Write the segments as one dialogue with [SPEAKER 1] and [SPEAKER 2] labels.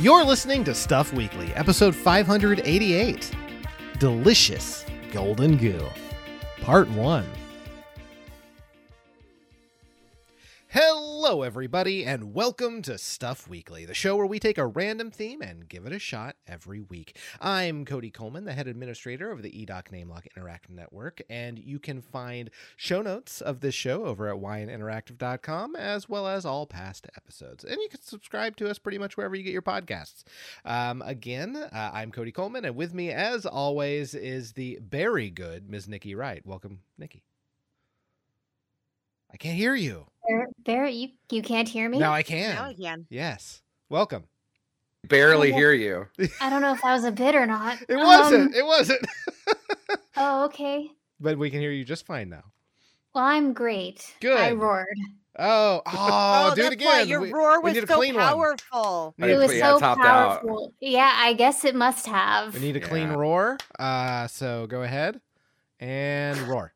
[SPEAKER 1] You're listening to Stuff Weekly, episode 588 Delicious Golden Goo, part one. Hello, everybody, and welcome to Stuff Weekly, the show where we take a random theme and give it a shot every week. I'm Cody Coleman, the head administrator of the E EDOC NameLock Interactive Network, and you can find show notes of this show over at wineninteractive.com, as well as all past episodes. And you can subscribe to us pretty much wherever you get your podcasts. Um, again, uh, I'm Cody Coleman, and with me, as always, is the very good Ms. Nikki Wright. Welcome, Nikki. I can't hear you.
[SPEAKER 2] There, there, you you can't hear me.
[SPEAKER 1] Now I can.
[SPEAKER 3] Now again.
[SPEAKER 1] Yes. Welcome.
[SPEAKER 4] Barely
[SPEAKER 2] Yeah.
[SPEAKER 4] hear you.
[SPEAKER 2] Oh, I don't know if that was a bit or not.
[SPEAKER 1] It
[SPEAKER 2] Um,
[SPEAKER 1] wasn't. it wasn't.
[SPEAKER 2] Oh, okay.
[SPEAKER 1] but we can hear you just fine now.
[SPEAKER 2] Well, I'm great. I
[SPEAKER 1] Good.
[SPEAKER 2] roared.
[SPEAKER 1] Oh, oh, do it
[SPEAKER 3] that's why
[SPEAKER 1] again.
[SPEAKER 3] Your
[SPEAKER 1] We-
[SPEAKER 3] roar
[SPEAKER 1] we
[SPEAKER 3] was
[SPEAKER 1] need a
[SPEAKER 3] so
[SPEAKER 1] clean one.
[SPEAKER 3] powerful.
[SPEAKER 1] we
[SPEAKER 4] I
[SPEAKER 1] need,
[SPEAKER 2] it
[SPEAKER 1] a
[SPEAKER 2] was
[SPEAKER 1] clean-
[SPEAKER 4] yeah,
[SPEAKER 2] so
[SPEAKER 4] topped out.
[SPEAKER 2] powerful. Yeah, I guess it must have.
[SPEAKER 1] we need a clean
[SPEAKER 4] Yeah.
[SPEAKER 1] roar. Uh, so go ahead and roar.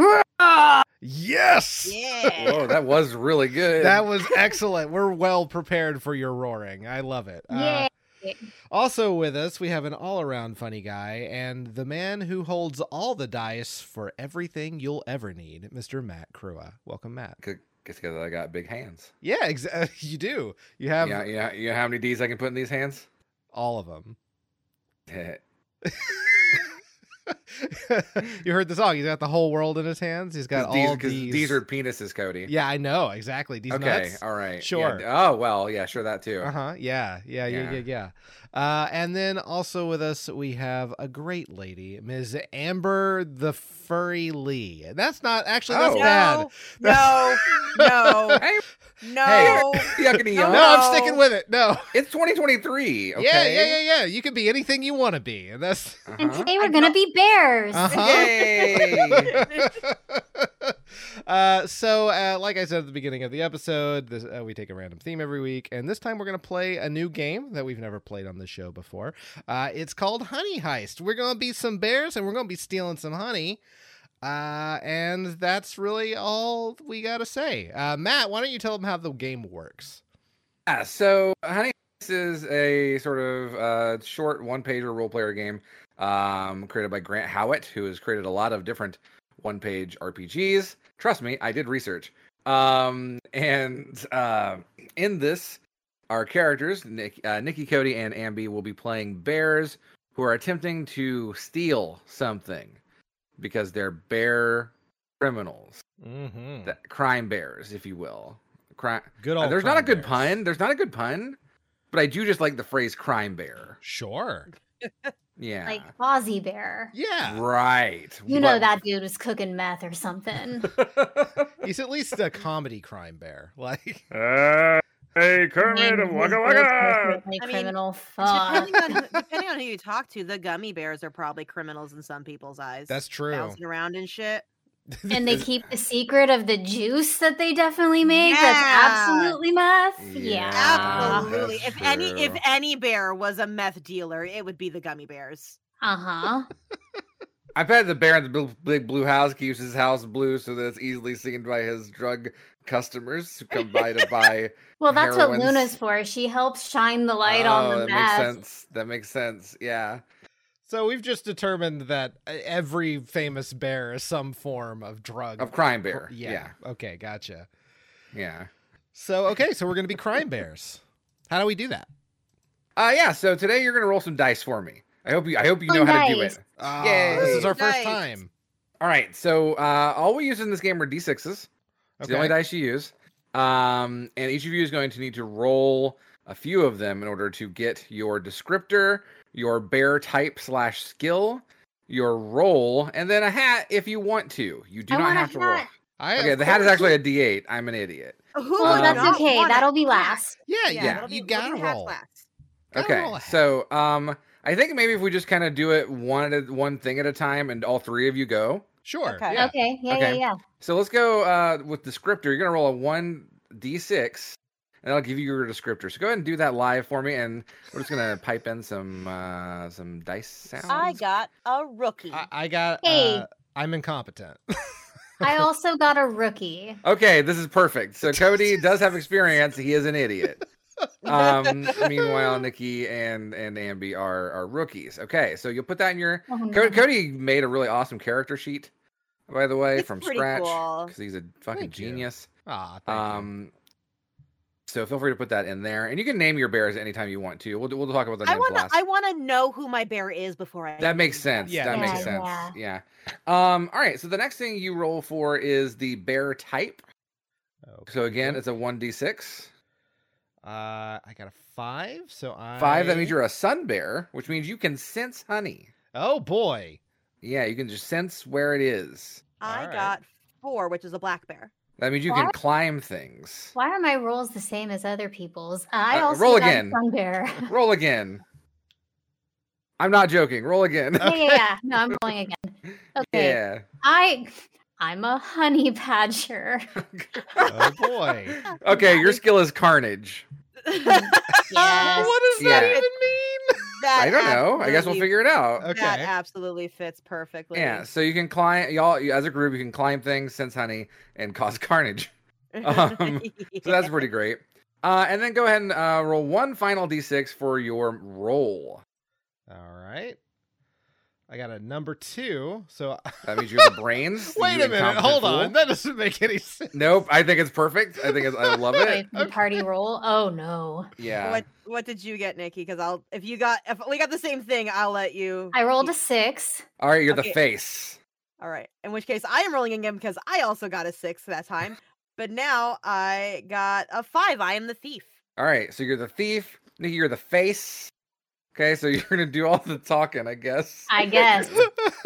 [SPEAKER 1] Yes.
[SPEAKER 3] Yeah.
[SPEAKER 4] Whoa, Oh, that was really good.
[SPEAKER 1] That was excellent. We're well prepared for your roaring. I love it. Uh,
[SPEAKER 2] Yay.
[SPEAKER 1] Also with us, we have an all-around funny guy and the man who holds all the dice for everything you'll ever need, Mr. Matt Crua. Welcome, Matt.
[SPEAKER 4] Just because I got big hands.
[SPEAKER 1] Yeah, exactly. You do. You have
[SPEAKER 4] yeah, yeah. You know how many D's I can put in these hands?
[SPEAKER 1] all of them.
[SPEAKER 4] Heh.
[SPEAKER 1] you heard the song. He's got the whole world in his hands. He's got
[SPEAKER 4] 'Cause these,
[SPEAKER 1] all
[SPEAKER 4] 'cause
[SPEAKER 1] these.
[SPEAKER 4] these are penises, Cody.
[SPEAKER 1] Yeah, I know exactly. These
[SPEAKER 4] okay.
[SPEAKER 1] nuts.
[SPEAKER 4] All right. yeah,
[SPEAKER 1] Sure.
[SPEAKER 4] d- oh well. Yeah. Sure. That too.
[SPEAKER 1] Uh huh. Yeah. Yeah. Yeah. Yeah.
[SPEAKER 4] Yeah.
[SPEAKER 1] Yeah. Uh, and then also with us we have a great lady, Ms. Amber the Furry Lee. And That's not actually that's
[SPEAKER 4] Oh.
[SPEAKER 1] bad.
[SPEAKER 3] No, no, no,
[SPEAKER 4] Hey,
[SPEAKER 3] no.
[SPEAKER 4] yuckity
[SPEAKER 3] No.
[SPEAKER 4] yum.
[SPEAKER 1] No, I'm sticking with it. No.
[SPEAKER 4] It's 2023. Okay.
[SPEAKER 1] Yeah. Yeah. Yeah. Yeah. You can be anything you want to be, and that's
[SPEAKER 2] And
[SPEAKER 4] Uh-huh.
[SPEAKER 2] today we're gonna be bears.
[SPEAKER 1] Uh-huh.
[SPEAKER 4] Yay.
[SPEAKER 1] uh, so, uh, like I said at the beginning of the episode, this, uh, we take a random theme every week, and this time we're going to play a new game that we've never played on this show before. Uh, it's called Honey Heist. We're going to be some bears, and we're going to be stealing some honey. Uh, and that's really all we got to say. Uh, Matt, why don't you tell them how the game works?
[SPEAKER 4] Yeah, so Honey Heist is a sort of uh, short one pager role player game um, created by Grant Howitt, who has created a lot of different one page RPGs. Trust me, I did research. Um, and uh, in this, our characters, Nick, uh, Nikki, Cody, and Ambi, will be playing bears who are attempting to steal something because they're bear criminals,
[SPEAKER 1] Mm-hmm.
[SPEAKER 4] that, crime bears, if you will. Crime.
[SPEAKER 1] Good
[SPEAKER 4] Uh,
[SPEAKER 1] old.
[SPEAKER 4] there's not a
[SPEAKER 1] crime
[SPEAKER 4] good
[SPEAKER 1] bears.
[SPEAKER 4] pun. There's not a good pun, but I do just like the phrase crime bear.
[SPEAKER 1] Sure.
[SPEAKER 4] Yeah.
[SPEAKER 2] Like Aussie bear.
[SPEAKER 1] Yeah.
[SPEAKER 4] right.
[SPEAKER 2] You know
[SPEAKER 4] What-
[SPEAKER 2] that dude was cooking meth or something.
[SPEAKER 1] He's at least a comedy crime bear. Like.
[SPEAKER 2] Name
[SPEAKER 4] hey,
[SPEAKER 2] of his bears was like
[SPEAKER 3] I mean,
[SPEAKER 2] criminal fuck.
[SPEAKER 3] Depending on, who- depending on who you talk to, the gummy bears are probably criminals in some people's eyes.
[SPEAKER 1] That's true.
[SPEAKER 3] Bouncing around and shit.
[SPEAKER 2] and they keep the secret of the juice that they definitely make.
[SPEAKER 3] Yeah.
[SPEAKER 2] That's absolutely meth.
[SPEAKER 4] Yeah.
[SPEAKER 2] yeah.
[SPEAKER 3] Absolutely.
[SPEAKER 4] that's
[SPEAKER 3] If any if
[SPEAKER 4] true.
[SPEAKER 3] any bear was a meth dealer, it would be the gummy bears.
[SPEAKER 2] Uh huh.
[SPEAKER 4] I bet the bear in the bl- big blue house keeps his house blue so that it's easily seen by his drug customers who come by to buy.
[SPEAKER 2] Well, that's what
[SPEAKER 4] heroin's-
[SPEAKER 2] Luna's for. She helps shine the light
[SPEAKER 4] Oh,
[SPEAKER 2] on the
[SPEAKER 4] that makes
[SPEAKER 2] meth.
[SPEAKER 4] sense. That makes sense. Yeah.
[SPEAKER 1] So we've just determined that uh, every famous bear is some form of drug.
[SPEAKER 4] Of crime bear.
[SPEAKER 1] Yeah.
[SPEAKER 4] Yeah.
[SPEAKER 1] Okay, gotcha.
[SPEAKER 4] Yeah.
[SPEAKER 1] So okay, so we're gonna be crime bears. How do we do that?
[SPEAKER 4] Uh, yeah. So today you're gonna roll some dice for me. I hope you. I hope you
[SPEAKER 2] Fun
[SPEAKER 4] know how to do
[SPEAKER 2] dice.
[SPEAKER 4] it.
[SPEAKER 1] Ah,
[SPEAKER 4] Yay.
[SPEAKER 1] This is our first
[SPEAKER 3] Nice.
[SPEAKER 1] time.
[SPEAKER 4] All right, so uh, all we use in this game are d6s. It's
[SPEAKER 1] Okay.
[SPEAKER 4] the only dice you use. Um, and each of you is going to need to roll a few of them in order to get your descriptor, your bear type slash skill, your roll, and then a hat if you want to. You do
[SPEAKER 2] I
[SPEAKER 4] not
[SPEAKER 2] want a
[SPEAKER 4] have to roll.
[SPEAKER 2] hat.
[SPEAKER 1] I,
[SPEAKER 4] Okay, the hat is actually a d8. I'm an idiot.
[SPEAKER 3] Who
[SPEAKER 2] Oh,
[SPEAKER 3] would
[SPEAKER 2] that's
[SPEAKER 3] not
[SPEAKER 2] okay.
[SPEAKER 3] want a
[SPEAKER 2] That'll be
[SPEAKER 3] hat?
[SPEAKER 2] last.
[SPEAKER 1] yeah, yeah.
[SPEAKER 3] that'll
[SPEAKER 1] You
[SPEAKER 3] be- we'll do
[SPEAKER 1] gotta
[SPEAKER 3] hats
[SPEAKER 1] roll.
[SPEAKER 3] last.
[SPEAKER 1] Gotta
[SPEAKER 4] Okay,
[SPEAKER 1] roll a hat.
[SPEAKER 4] so um, I think maybe if we just kind of do it one at one thing at a time, and all three of you go.
[SPEAKER 1] sure.
[SPEAKER 3] Okay.
[SPEAKER 1] Yeah.
[SPEAKER 2] Okay. Yeah,
[SPEAKER 4] Okay.
[SPEAKER 2] yeah,
[SPEAKER 4] So let's go uh, with descriptor. You're gonna roll a one d6, and I'll give you your descriptor. So go ahead and do that live for me, and we're just gonna pipe in some uh, some dice sounds.
[SPEAKER 3] I got a rookie.
[SPEAKER 1] I, I got.
[SPEAKER 2] Hey.
[SPEAKER 1] Uh, I'm incompetent.
[SPEAKER 2] yeah. I also got a rookie.
[SPEAKER 4] Okay, this is perfect. So Cody does have experience. He is an idiot. um, meanwhile, Nikki and and Ambi are are rookies. Okay, so you'll put that in your.
[SPEAKER 2] Oh,
[SPEAKER 4] Co-
[SPEAKER 2] no.
[SPEAKER 4] Cody made a really awesome character sheet, by the way,
[SPEAKER 3] It's
[SPEAKER 4] from
[SPEAKER 3] pretty
[SPEAKER 4] scratch
[SPEAKER 3] cool.
[SPEAKER 4] because he's a fucking
[SPEAKER 1] Thank you.
[SPEAKER 4] genius.
[SPEAKER 1] Ah, thank you.
[SPEAKER 4] Um, so feel free to put that in there, and you can name your bears anytime you want to. We'll we'll talk about that.
[SPEAKER 3] I
[SPEAKER 4] names
[SPEAKER 3] want to.
[SPEAKER 4] last.
[SPEAKER 3] I want to know who my bear is before I.
[SPEAKER 4] That makes
[SPEAKER 3] do
[SPEAKER 4] sense.
[SPEAKER 1] Yeah,
[SPEAKER 4] that
[SPEAKER 1] yeah,
[SPEAKER 4] makes sense. Yeah. Um, all right. So the next thing you roll for is the bear type.
[SPEAKER 1] Okay,
[SPEAKER 4] So again,
[SPEAKER 1] cool.
[SPEAKER 4] it's a one d six.
[SPEAKER 1] uh, I got a five. So I
[SPEAKER 4] Five. That means you're a sun bear, which means you can sense honey.
[SPEAKER 1] Oh boy.
[SPEAKER 4] Yeah, you can just sense where it is.
[SPEAKER 3] I
[SPEAKER 1] Alright.
[SPEAKER 3] got four, which is a black bear.
[SPEAKER 4] That means you can
[SPEAKER 2] What?
[SPEAKER 4] climb things.
[SPEAKER 2] Why are my rolls the same as other people's? I
[SPEAKER 4] Uh,
[SPEAKER 2] also
[SPEAKER 4] roll
[SPEAKER 2] got a
[SPEAKER 4] again.
[SPEAKER 2] sun bear.
[SPEAKER 4] Roll again. I'm not joking. Roll again.
[SPEAKER 2] yeah, yeah, yeah. No, I'm rolling again. Okay.
[SPEAKER 4] yeah.
[SPEAKER 2] I I'm a honey badger.
[SPEAKER 1] Oh boy.
[SPEAKER 4] Okay, your skill is carnage.
[SPEAKER 3] that
[SPEAKER 2] Yes.
[SPEAKER 1] what does that
[SPEAKER 4] Yeah.
[SPEAKER 1] even mean?
[SPEAKER 4] I don't know. I guess we'll
[SPEAKER 3] absolutely-
[SPEAKER 4] figure it out.
[SPEAKER 1] Okay.
[SPEAKER 3] That absolutely fits perfectly.
[SPEAKER 4] Yeah, so you can climb y'all you- as a group. You can climb things, sense honey, and cause carnage. Um, So that's pretty great. Uh, and then go ahead and uh, roll one final d6 for your roll.
[SPEAKER 1] All right. I got a number two. So
[SPEAKER 4] That means you have the brains.
[SPEAKER 1] wait
[SPEAKER 4] you
[SPEAKER 1] a minute.
[SPEAKER 4] incompetent
[SPEAKER 1] Hold
[SPEAKER 4] fool.
[SPEAKER 1] on. That doesn't make any sense.
[SPEAKER 4] Nope. I think it's perfect. I think it's, I love it.
[SPEAKER 2] Wait, the party roll? Oh no.
[SPEAKER 4] Yeah.
[SPEAKER 3] What What did you get, Nikki? Because I'll if you got if we got the same thing, I'll let you.
[SPEAKER 2] I rolled a six.
[SPEAKER 4] All right. You're the
[SPEAKER 3] Okay.
[SPEAKER 4] face.
[SPEAKER 3] All right. In which case, I am rolling again because I also got a six that time. But now I got a five. I am the thief.
[SPEAKER 4] All right. So you're the thief. Nikki, you're the face. Okay. So you're gonna do all the talking, I guess.
[SPEAKER 2] I guess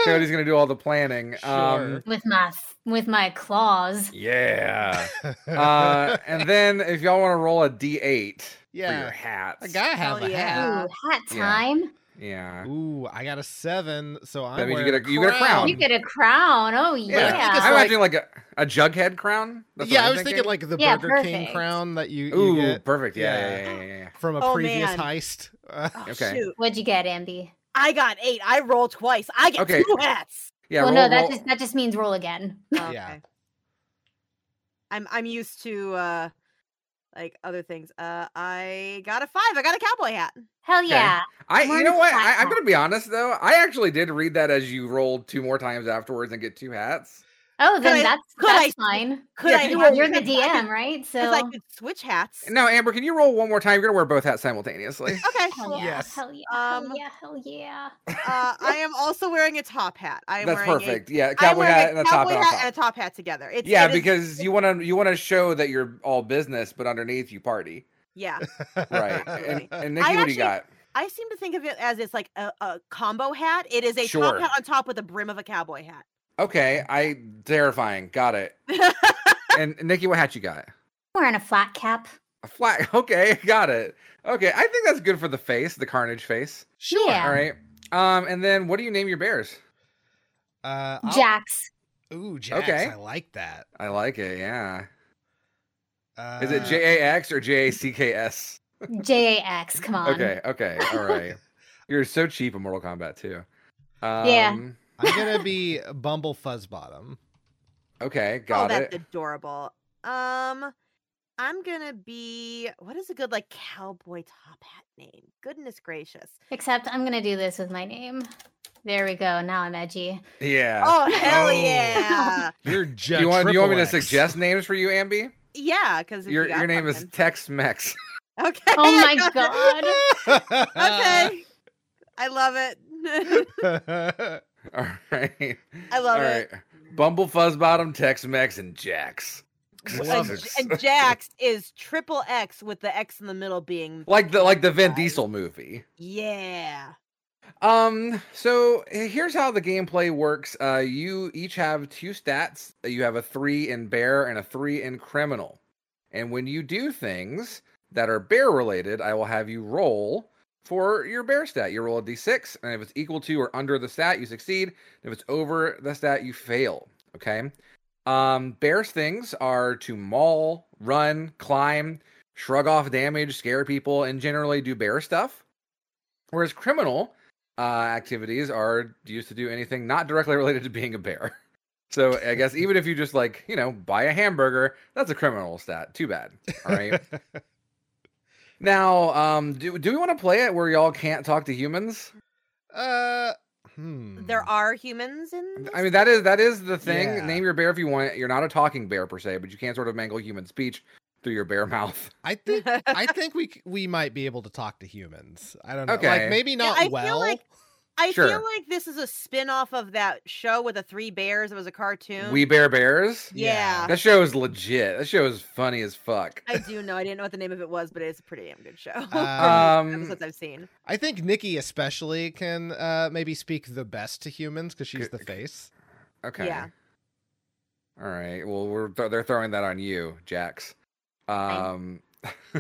[SPEAKER 4] Cody's gonna do all the planning. Um,
[SPEAKER 1] Sure.
[SPEAKER 2] with my f- with my claws.
[SPEAKER 4] yeah. uh, and then if y'all want to roll a d8 for
[SPEAKER 1] Yeah.
[SPEAKER 4] your hats.
[SPEAKER 1] I gotta have
[SPEAKER 3] Hell
[SPEAKER 1] a
[SPEAKER 3] yeah.
[SPEAKER 1] hat.
[SPEAKER 2] Ooh, hat
[SPEAKER 4] Yeah.
[SPEAKER 2] time.
[SPEAKER 4] Yeah.
[SPEAKER 1] Ooh, I got a seven. So I'm
[SPEAKER 4] That means you
[SPEAKER 1] wearing
[SPEAKER 4] get a- you get a crown.
[SPEAKER 2] You get a crown. Oh yeah.
[SPEAKER 1] I think it's
[SPEAKER 4] I'm
[SPEAKER 1] like-
[SPEAKER 4] imagining like a, a jughead crown. That's what
[SPEAKER 1] yeah,
[SPEAKER 4] I'm
[SPEAKER 1] I was thinking, like the
[SPEAKER 2] Yeah,
[SPEAKER 1] Burger King
[SPEAKER 2] perfect.
[SPEAKER 1] crown that you, you
[SPEAKER 4] Ooh,
[SPEAKER 1] get
[SPEAKER 4] perfect. Yeah, yeah,
[SPEAKER 1] Yeah.
[SPEAKER 4] yeah, yeah, yeah.
[SPEAKER 1] from a
[SPEAKER 3] Oh,
[SPEAKER 1] previous
[SPEAKER 3] man.
[SPEAKER 1] heist. Uh,
[SPEAKER 3] Oh,
[SPEAKER 4] Okay.
[SPEAKER 3] Shoot.
[SPEAKER 2] What'd you get, Ambi?
[SPEAKER 3] I got eight. I roll twice. I get
[SPEAKER 4] Okay.
[SPEAKER 3] two hats.
[SPEAKER 4] Yeah,
[SPEAKER 2] well,
[SPEAKER 4] roll,
[SPEAKER 2] no, that
[SPEAKER 4] roll-
[SPEAKER 2] just that just means roll again.
[SPEAKER 1] Yeah.
[SPEAKER 3] Okay. I'm I'm used to uh like other things. Uh I got a five. I got a cowboy hat.
[SPEAKER 2] Hell yeah.
[SPEAKER 4] I you
[SPEAKER 2] Mine's
[SPEAKER 4] know what?
[SPEAKER 2] flat
[SPEAKER 4] I, I'm
[SPEAKER 2] hat.
[SPEAKER 4] gonna be honest though. I actually did read that as you rolled two more times afterwards and get two hats.
[SPEAKER 2] Oh, then
[SPEAKER 3] I-
[SPEAKER 2] that's
[SPEAKER 3] could
[SPEAKER 2] that's
[SPEAKER 3] I-
[SPEAKER 2] fine.
[SPEAKER 3] Could
[SPEAKER 4] Yeah,
[SPEAKER 3] I
[SPEAKER 4] could you
[SPEAKER 2] You
[SPEAKER 3] have-
[SPEAKER 2] are, you're the
[SPEAKER 3] could I-
[SPEAKER 2] DM, right? So
[SPEAKER 3] 'cause I could switch hats.
[SPEAKER 4] No, Amber, can you roll one more time? You're gonna wear both hats simultaneously.
[SPEAKER 3] Okay.
[SPEAKER 2] hell yeah,
[SPEAKER 1] Yes.
[SPEAKER 2] hell yeah, hell
[SPEAKER 3] Um,
[SPEAKER 2] yeah, hell yeah.
[SPEAKER 3] Uh, I am also wearing a top hat. I am
[SPEAKER 4] That's
[SPEAKER 3] wearing
[SPEAKER 4] perfect. yeah,
[SPEAKER 3] A, I'm
[SPEAKER 4] cowboy
[SPEAKER 3] wearing
[SPEAKER 4] hat and a top
[SPEAKER 3] cowboy
[SPEAKER 4] hat. on
[SPEAKER 3] hat
[SPEAKER 4] top.
[SPEAKER 3] and a top hat together. It's
[SPEAKER 4] yeah,
[SPEAKER 3] it is-
[SPEAKER 4] because you want to you want to show that you're all business, but underneath you party,
[SPEAKER 3] yeah.
[SPEAKER 4] right? and,
[SPEAKER 3] Absolutely.
[SPEAKER 1] Uh.
[SPEAKER 4] and Nikki,
[SPEAKER 3] I
[SPEAKER 4] what do you got?
[SPEAKER 3] I seem to think of it as it's like a, a combo hat. It is a
[SPEAKER 4] Sure.
[SPEAKER 3] top hat on top with a brim of a cowboy hat.
[SPEAKER 4] Okay, I terrifying. Got it. and Nikki, what hat you got?
[SPEAKER 2] I'm wearing a flat cap.
[SPEAKER 4] A flat. Okay, got it. Okay, I think that's good for the face, the carnage face.
[SPEAKER 1] Sure.
[SPEAKER 2] Yeah.
[SPEAKER 4] All right. Um, and then what do you name your bears?
[SPEAKER 1] Uh, I'll-
[SPEAKER 2] Jax.
[SPEAKER 1] Ooh, Jax.
[SPEAKER 4] Okay.
[SPEAKER 1] I like that.
[SPEAKER 4] I like it. Yeah.
[SPEAKER 1] Uh,
[SPEAKER 4] Is it J A X or J A C K S?
[SPEAKER 2] J A X, come on.
[SPEAKER 4] Okay. Okay. All right. You're so cheap in Mortal Kombat too. Um,
[SPEAKER 2] Yeah.
[SPEAKER 1] I'm gonna be Bumble Fuzzbottom.
[SPEAKER 4] Okay.
[SPEAKER 3] oh,
[SPEAKER 4] Got
[SPEAKER 3] that's
[SPEAKER 4] it.
[SPEAKER 3] adorable. Um, I'm gonna be what is a good like cowboy top hat name? Goodness gracious!
[SPEAKER 2] Except I'm gonna do this with my name. There we go. Now I'm edgy.
[SPEAKER 4] Yeah.
[SPEAKER 3] Oh hell
[SPEAKER 1] Oh.
[SPEAKER 3] yeah,
[SPEAKER 1] You're
[SPEAKER 4] Do
[SPEAKER 1] Jax.
[SPEAKER 4] you want? Do you want me to suggest names for you, Ambi?
[SPEAKER 3] yeah. Because
[SPEAKER 4] Your your name is Tex Mex.
[SPEAKER 3] is okay.
[SPEAKER 2] Oh my
[SPEAKER 3] I got it.
[SPEAKER 2] god.
[SPEAKER 4] Uh.
[SPEAKER 3] Okay, I love it.
[SPEAKER 4] All right.
[SPEAKER 3] I love it.
[SPEAKER 4] Bumble Fuzzbottom, Tex Mex, and Jax.
[SPEAKER 1] Love
[SPEAKER 3] and,
[SPEAKER 1] it.
[SPEAKER 3] and Jax is triple X with the X in the middle being
[SPEAKER 4] Like the like the Vin
[SPEAKER 3] Nice.
[SPEAKER 4] Diesel movie.
[SPEAKER 3] yeah.
[SPEAKER 4] Um, so eh, here's how the gameplay works. Uh, you each have two stats. You have a three in bear and a three in criminal. And when you do things that are bear related, I will have you roll for your bear stat. You roll a d6, and if it's equal to or under the stat, you succeed. If it's over the stat, you fail. Okay. Um, bear's things are to maul, run, climb, shrug off damage, scare people, and generally do bear stuff. Whereas criminal uh, activities are used to do anything not directly related to being a bear. So I guess even if you just like, you know, buy a hamburger, that's a criminal stat. Too bad. All right. Now, um, do do we want to play it where y'all can't talk to humans?
[SPEAKER 1] Uh, hmm.
[SPEAKER 4] Mm.
[SPEAKER 3] There are humans in.
[SPEAKER 4] I
[SPEAKER 3] this?
[SPEAKER 4] mean, that is that is the thing.
[SPEAKER 1] Yeah.
[SPEAKER 4] Name your bear if you want. it. You're not a talking bear per se, but you can sort of mangle human speech through your bear mouth.
[SPEAKER 1] I think I think we c- we might be able to talk to humans. I don't know.
[SPEAKER 4] Okay.
[SPEAKER 1] Like maybe not
[SPEAKER 3] I feel
[SPEAKER 1] well.
[SPEAKER 3] like- I
[SPEAKER 4] sure.
[SPEAKER 3] feel like this is a spin-off of that show with the three bears. It was a cartoon.
[SPEAKER 4] We bear bears.
[SPEAKER 1] Yeah.
[SPEAKER 3] yeah.
[SPEAKER 4] That show is legit. That show is funny as fuck.
[SPEAKER 3] I do know. I didn't know what the name of it was, but it's a pretty damn good show.
[SPEAKER 1] Uh,
[SPEAKER 4] Um,
[SPEAKER 3] episodes I've seen.
[SPEAKER 1] I think Nikki especially can uh maybe speak the best to humans because she's
[SPEAKER 4] C-
[SPEAKER 1] the face.
[SPEAKER 4] Okay.
[SPEAKER 3] Yeah.
[SPEAKER 4] All right. Well, we're th- they're throwing that on you, Jax. Um,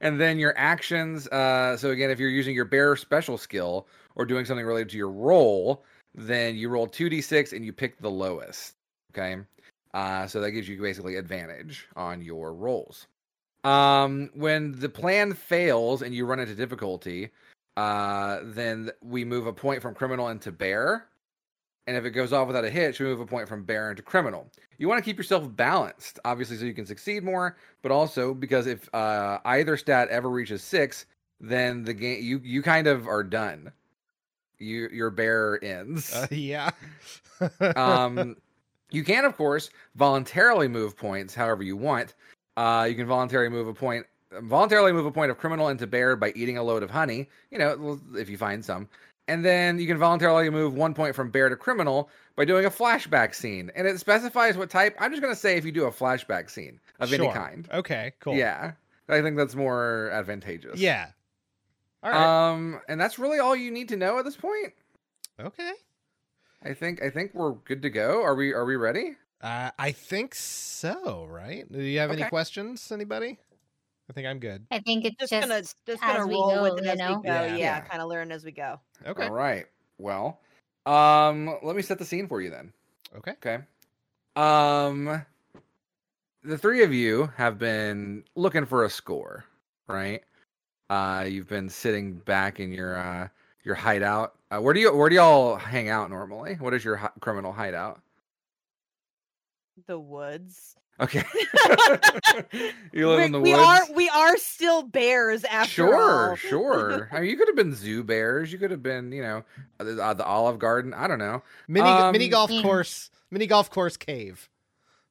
[SPEAKER 4] and then your actions. Uh, so again, if you're using your bear special skill or doing something related to your roll, then you roll two d six and you pick the lowest. Okay. Uh, so that gives you basically advantage on your rolls. Um, when the plan fails and you run into difficulty, uh, then we move a point from criminal into bear. And if it goes off without a hitch, we move a point from bear into criminal. You want to keep yourself balanced, obviously, so you can succeed more, but also because if uh, either stat ever reaches six, then the game you you kind of are done. You your bear ends.
[SPEAKER 1] Uh, yeah.
[SPEAKER 4] um, you can, of course, voluntarily move points however you want. Uh, you can voluntarily move a point, voluntarily move a point of criminal into bear by eating a load of honey. You know, well, if you find some, and then you can voluntarily move one point from bear to criminal by doing a flashback scene, and it specifies what type. I'm just gonna say if you do a flashback scene of any
[SPEAKER 1] Sure.
[SPEAKER 4] kind.
[SPEAKER 1] Okay. Cool.
[SPEAKER 4] Yeah, I think that's more advantageous.
[SPEAKER 1] Yeah. All right.
[SPEAKER 4] Um, and that's really all you need to know at this point.
[SPEAKER 1] okay.
[SPEAKER 4] I think I think we're good to go. Are we Are we ready?
[SPEAKER 1] Uh, I think so. Right? Do you have any
[SPEAKER 4] Okay.
[SPEAKER 1] questions? Anybody? I think I'm good.
[SPEAKER 2] I think it's
[SPEAKER 3] Just,
[SPEAKER 2] just,
[SPEAKER 3] gonna just gonna
[SPEAKER 2] as we
[SPEAKER 3] roll
[SPEAKER 2] go,
[SPEAKER 3] with it
[SPEAKER 2] you
[SPEAKER 3] as
[SPEAKER 2] know?
[SPEAKER 3] we go.
[SPEAKER 1] Yeah.
[SPEAKER 3] Yeah,
[SPEAKER 4] Yeah.
[SPEAKER 3] kind of learn as we go.
[SPEAKER 1] Okay.
[SPEAKER 4] All right. Well, um, let me set the scene for you then.
[SPEAKER 1] Okay.
[SPEAKER 4] Okay. Um, the three of you have been looking for a score, right? Uh, you've been sitting back in your uh your hideout. Uh, where do you where do y'all hang out normally? What is your hi- criminal hideout?
[SPEAKER 3] The woods.
[SPEAKER 4] Okay. you live
[SPEAKER 3] We're-
[SPEAKER 4] in the
[SPEAKER 3] we
[SPEAKER 4] woods.
[SPEAKER 3] are we are still bears after
[SPEAKER 4] sure,
[SPEAKER 3] all.
[SPEAKER 4] sure. I mean, you could have been zoo bears. You could have been, you know, uh, the, uh, the Olive Garden. I don't know.
[SPEAKER 1] Mini mini
[SPEAKER 4] Um,
[SPEAKER 1] golf
[SPEAKER 3] Mm.
[SPEAKER 2] Yeah.
[SPEAKER 1] course. Mini golf course cave.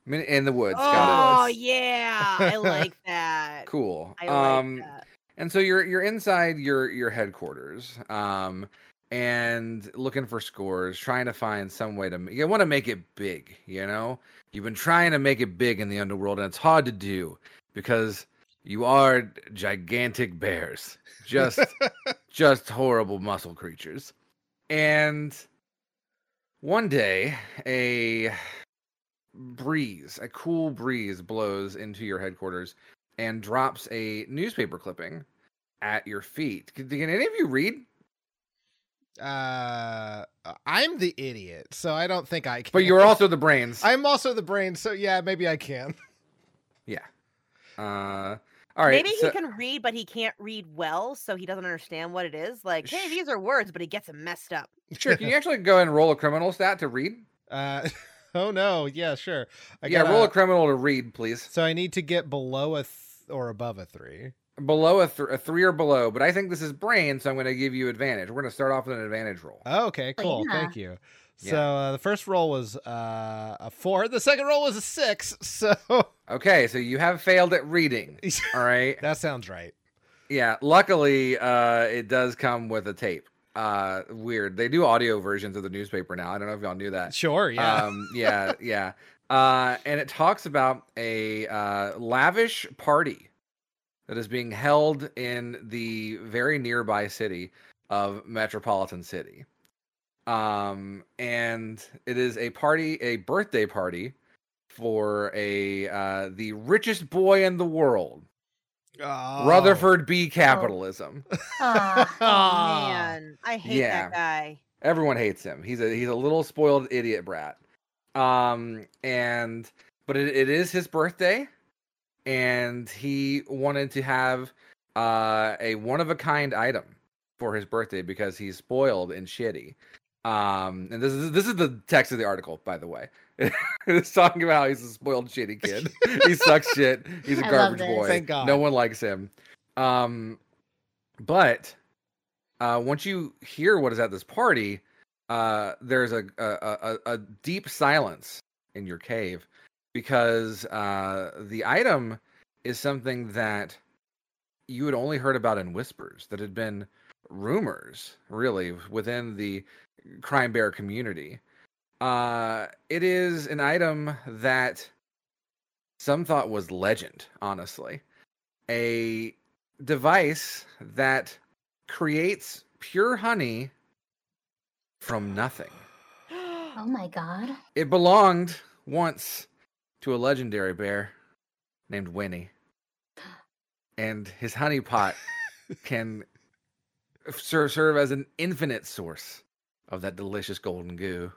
[SPEAKER 4] I mean, in the woods. got it.
[SPEAKER 3] Oh
[SPEAKER 1] Yes.
[SPEAKER 3] yeah, I like that.
[SPEAKER 4] cool
[SPEAKER 3] Oh, I like
[SPEAKER 4] um
[SPEAKER 3] that.
[SPEAKER 4] and so you're you're inside your your headquarters um and looking for scores trying to find some way to ma- you want to make it big you know you've been trying to make it big in the underworld and it's hard to do because you are gigantic bears just just horrible muscle creatures and one day a breeze a cool breeze blows into your headquarters and drops a newspaper clipping at your feet. Can, can any of you read?
[SPEAKER 1] uh, I'm the idiot, so I don't think I can.
[SPEAKER 4] But you're also the brains.
[SPEAKER 1] I'm also the brain, so yeah, maybe I can.
[SPEAKER 4] yeah. Uh, all right.
[SPEAKER 3] Maybe
[SPEAKER 4] so-
[SPEAKER 3] he can read, but he can't read well, so he doesn't understand what it is. Like, hey,
[SPEAKER 4] Sh-
[SPEAKER 3] these are words, but he gets them messed up.
[SPEAKER 4] sure. Can you actually go and roll a criminal stat to read?
[SPEAKER 1] Uh, oh no, yeah, sure. I
[SPEAKER 4] yeah,
[SPEAKER 1] gotta-
[SPEAKER 4] roll a criminal to read, please.
[SPEAKER 1] So I need to get below a th- or above a three.
[SPEAKER 4] Below a, th- a three or below, but I think this is brain, so I'm going to give you advantage. We're going to start off with an advantage roll.
[SPEAKER 1] Oh, okay,
[SPEAKER 2] Oh,
[SPEAKER 1] cool.
[SPEAKER 2] yeah.
[SPEAKER 1] Thank you.
[SPEAKER 4] Yeah.
[SPEAKER 1] So uh, the first roll was uh, a four. The second roll was a six. So
[SPEAKER 4] Okay, so you have failed at reading. All right.
[SPEAKER 1] that sounds right.
[SPEAKER 4] Yeah, luckily, uh, it does come with a tape. Uh, weird. They do audio versions of the newspaper now. I don't know if y'all knew that.
[SPEAKER 1] Sure. Yeah.
[SPEAKER 4] um, yeah, yeah. Uh, and it talks about a uh, lavish party that is being held in the very nearby city of Metropolitan City. Um, and it is a party, a birthday party for a uh, the richest boy in the world,
[SPEAKER 1] Oh.
[SPEAKER 4] Uh, Rutherford B. Capitalism.
[SPEAKER 2] Ah,
[SPEAKER 1] Ah.
[SPEAKER 3] Oh man, I hate
[SPEAKER 4] Yeah.
[SPEAKER 3] that guy.
[SPEAKER 4] Everyone hates him. He's a he's a little spoiled idiot brat. Um and but it, it is his birthday and he wanted to have uh a one of a kind item for his birthday because he's spoiled and shitty. Um and this is this is the text of the article by the way. it's talking about how he's a spoiled shitty kid. he sucks shit. He's a
[SPEAKER 2] I love
[SPEAKER 4] garbage
[SPEAKER 2] this.
[SPEAKER 4] boy.
[SPEAKER 1] Thank God.
[SPEAKER 4] No one likes him. Um, but uh, once you hear what is at this party, uh, there's a, a, a, a deep silence in your cave because uh, the item is something that you had only heard about in whispers, that had been rumors, really, within the crime bear community. Uh, it is an item that some thought was legend, honestly. A device that creates pure honey from nothing.
[SPEAKER 2] Oh my god.
[SPEAKER 4] It belonged once to a legendary bear named Winnie. And his honey pot can serve, serve as an infinite source of that delicious golden goo.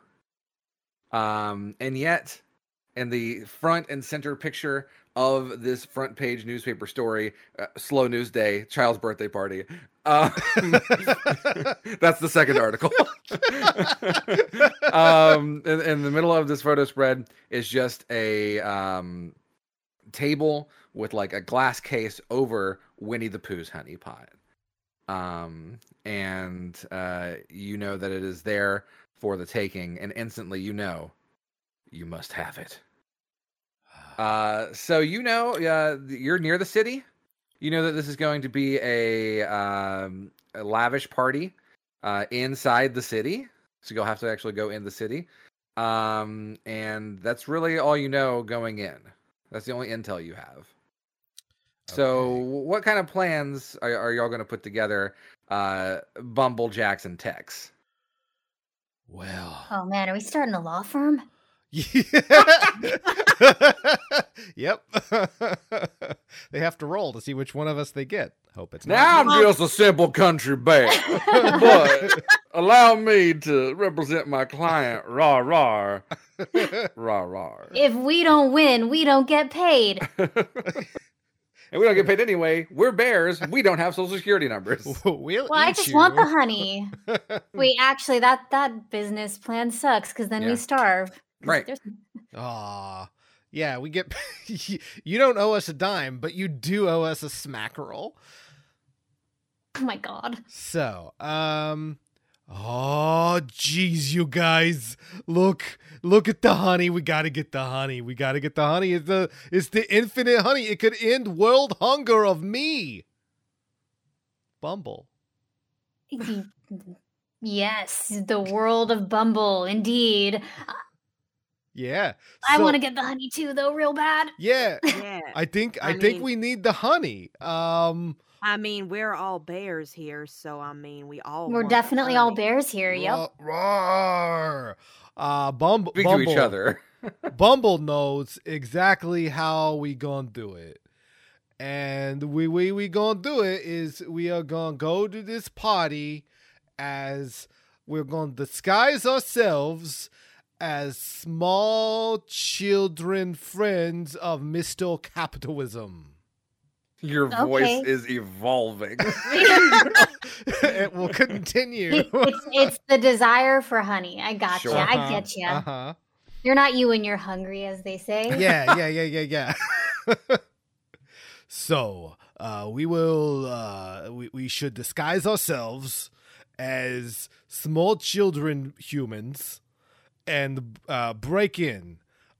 [SPEAKER 4] Um, and yet, in the front and center picture of this front page newspaper story, uh, Slow News Day, Child's Birthday Party. Um, that's the second article.
[SPEAKER 1] Oh.
[SPEAKER 4] um, in, in the middle of this photo spread is just a um, table with like a glass case over Winnie the Pooh's honey pot. Um, and uh, you know that it is there for the taking, and instantly you know you must have it. Uh, so you know uh, th- you're near the city. You know that this is going to be a, um, a lavish party uh, inside the city. So you'll have to actually go in the city. Um, and that's really all you know going in. That's the only intel you have. So
[SPEAKER 1] Okay.
[SPEAKER 4] wh- what kind of plans are, are y'all going to put together? Uh, Bumble Jackson Tex.
[SPEAKER 1] Well.
[SPEAKER 2] Oh man, are we starting a law firm?
[SPEAKER 1] yep. they have to roll to see which one of us they get. Hope it's
[SPEAKER 4] Now
[SPEAKER 1] not.
[SPEAKER 4] I'm just a simple country bear. but allow me to represent my client, rah rah, rah rah.
[SPEAKER 2] If we don't win, we don't get paid.
[SPEAKER 4] and we don't get paid anyway. We're bears. We don't have social security numbers.
[SPEAKER 1] we'll
[SPEAKER 2] Well, I
[SPEAKER 1] eat
[SPEAKER 2] just
[SPEAKER 1] you.
[SPEAKER 2] want the honey. Wait, actually, that that business plan sucks because then
[SPEAKER 4] Yeah.
[SPEAKER 2] we starve. 'Cause
[SPEAKER 4] Right.
[SPEAKER 2] there's-
[SPEAKER 1] Aw. Yeah, we get. you don't owe us a dime, but you do owe us a smackerel.
[SPEAKER 2] Oh my god.
[SPEAKER 1] So, um. Oh, jeez, you guys! Look, look at the honey. We gotta get the honey. We gotta get the honey. It's the it's the infinite honey. It could end world hunger of me. Bumble.
[SPEAKER 2] Y- yes, the world of Bumble, indeed.
[SPEAKER 1] Yeah.
[SPEAKER 2] I
[SPEAKER 1] So-
[SPEAKER 2] want to get the honey too, though, real bad.
[SPEAKER 1] Yeah.
[SPEAKER 3] Yeah.
[SPEAKER 1] I think I,
[SPEAKER 3] I
[SPEAKER 1] think
[SPEAKER 3] mean-
[SPEAKER 1] we need the honey. Um
[SPEAKER 3] I mean, we're all bears here, so I mean, we all
[SPEAKER 2] We're
[SPEAKER 3] want the
[SPEAKER 2] definitely all
[SPEAKER 3] honey.
[SPEAKER 2] bears here. Yep.
[SPEAKER 1] ro- roar. Uh Bum-
[SPEAKER 4] Speak
[SPEAKER 1] Bumble
[SPEAKER 4] to each other.
[SPEAKER 1] Bumble knows exactly how we gonna do it. And we we we gonna do it is we are gonna go to this party as we're gonna disguise ourselves as small children friends of Mr. Capitalism.
[SPEAKER 4] Your
[SPEAKER 2] Okay.
[SPEAKER 4] voice is evolving.
[SPEAKER 1] it will continue.
[SPEAKER 2] It- it's, it's the desire for honey. I got
[SPEAKER 4] Sure.
[SPEAKER 2] you. I
[SPEAKER 1] Uh-huh,
[SPEAKER 2] get you.
[SPEAKER 1] Uh-huh.
[SPEAKER 2] You're not you when you're hungry, as they say.
[SPEAKER 1] yeah, yeah, yeah, yeah, yeah. so uh, we will. Uh, we we should disguise ourselves as small children humans and uh, break in.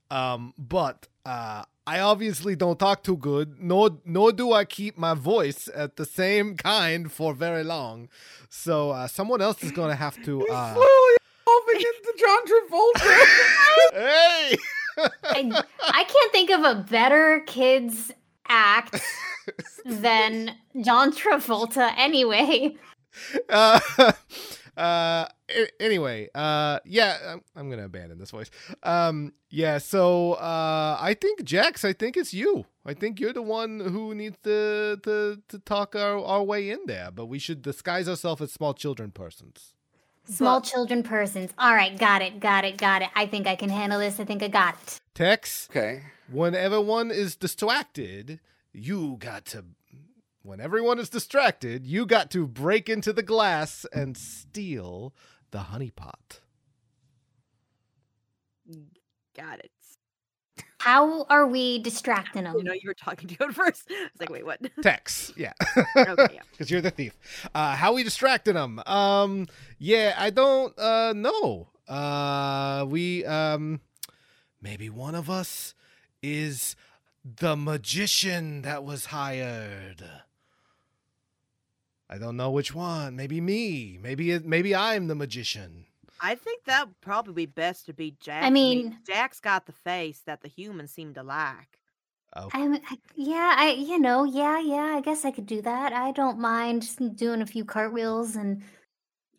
[SPEAKER 1] Um, but uh, I obviously don't talk too good, nor nor do I keep my voice at the same kind for very long. So uh, someone else is gonna have to.
[SPEAKER 4] He's
[SPEAKER 1] Uh,
[SPEAKER 4] slowly evolving into John Travolta.
[SPEAKER 1] hey.
[SPEAKER 2] I, I can't think of a better kids act than John Travolta. Anyway,
[SPEAKER 1] uh, uh, a- anyway, uh, yeah, I'm, I'm gonna abandon this voice. Um, yeah, so uh, I think Jax, I think it's you. I think you're the one who needs to to, to talk our, our way in there. But we should disguise ourselves as small children persons.
[SPEAKER 2] small
[SPEAKER 3] But-
[SPEAKER 2] children persons. All right, got it, got it, got it. I think I can handle this. I think I got it.
[SPEAKER 1] Tex,
[SPEAKER 4] okay.
[SPEAKER 1] when everyone is distracted, you got to. When everyone is distracted, you got to break into the glass and steal the honeypot.
[SPEAKER 3] Got it.
[SPEAKER 2] How are we distracting them?
[SPEAKER 3] You know, you were talking to it first. I was like, wait, what?
[SPEAKER 1] Tex, yeah,
[SPEAKER 3] okay, yeah.
[SPEAKER 1] because you're the thief. Uh, how we distracted him? Um, yeah, I don't uh, know. Uh, we um, maybe one of us is the magician that was hired. I don't know which one. Maybe me. Maybe it, maybe I'm the magician.
[SPEAKER 3] I think that would probably be best to be Jack.
[SPEAKER 2] mean-
[SPEAKER 3] Jack's got the face that the humans seem to like.
[SPEAKER 1] Oh,
[SPEAKER 2] I'm, I, yeah, I, you know, yeah, yeah. I guess I could do that. I don't mind s- doing a few cartwheels and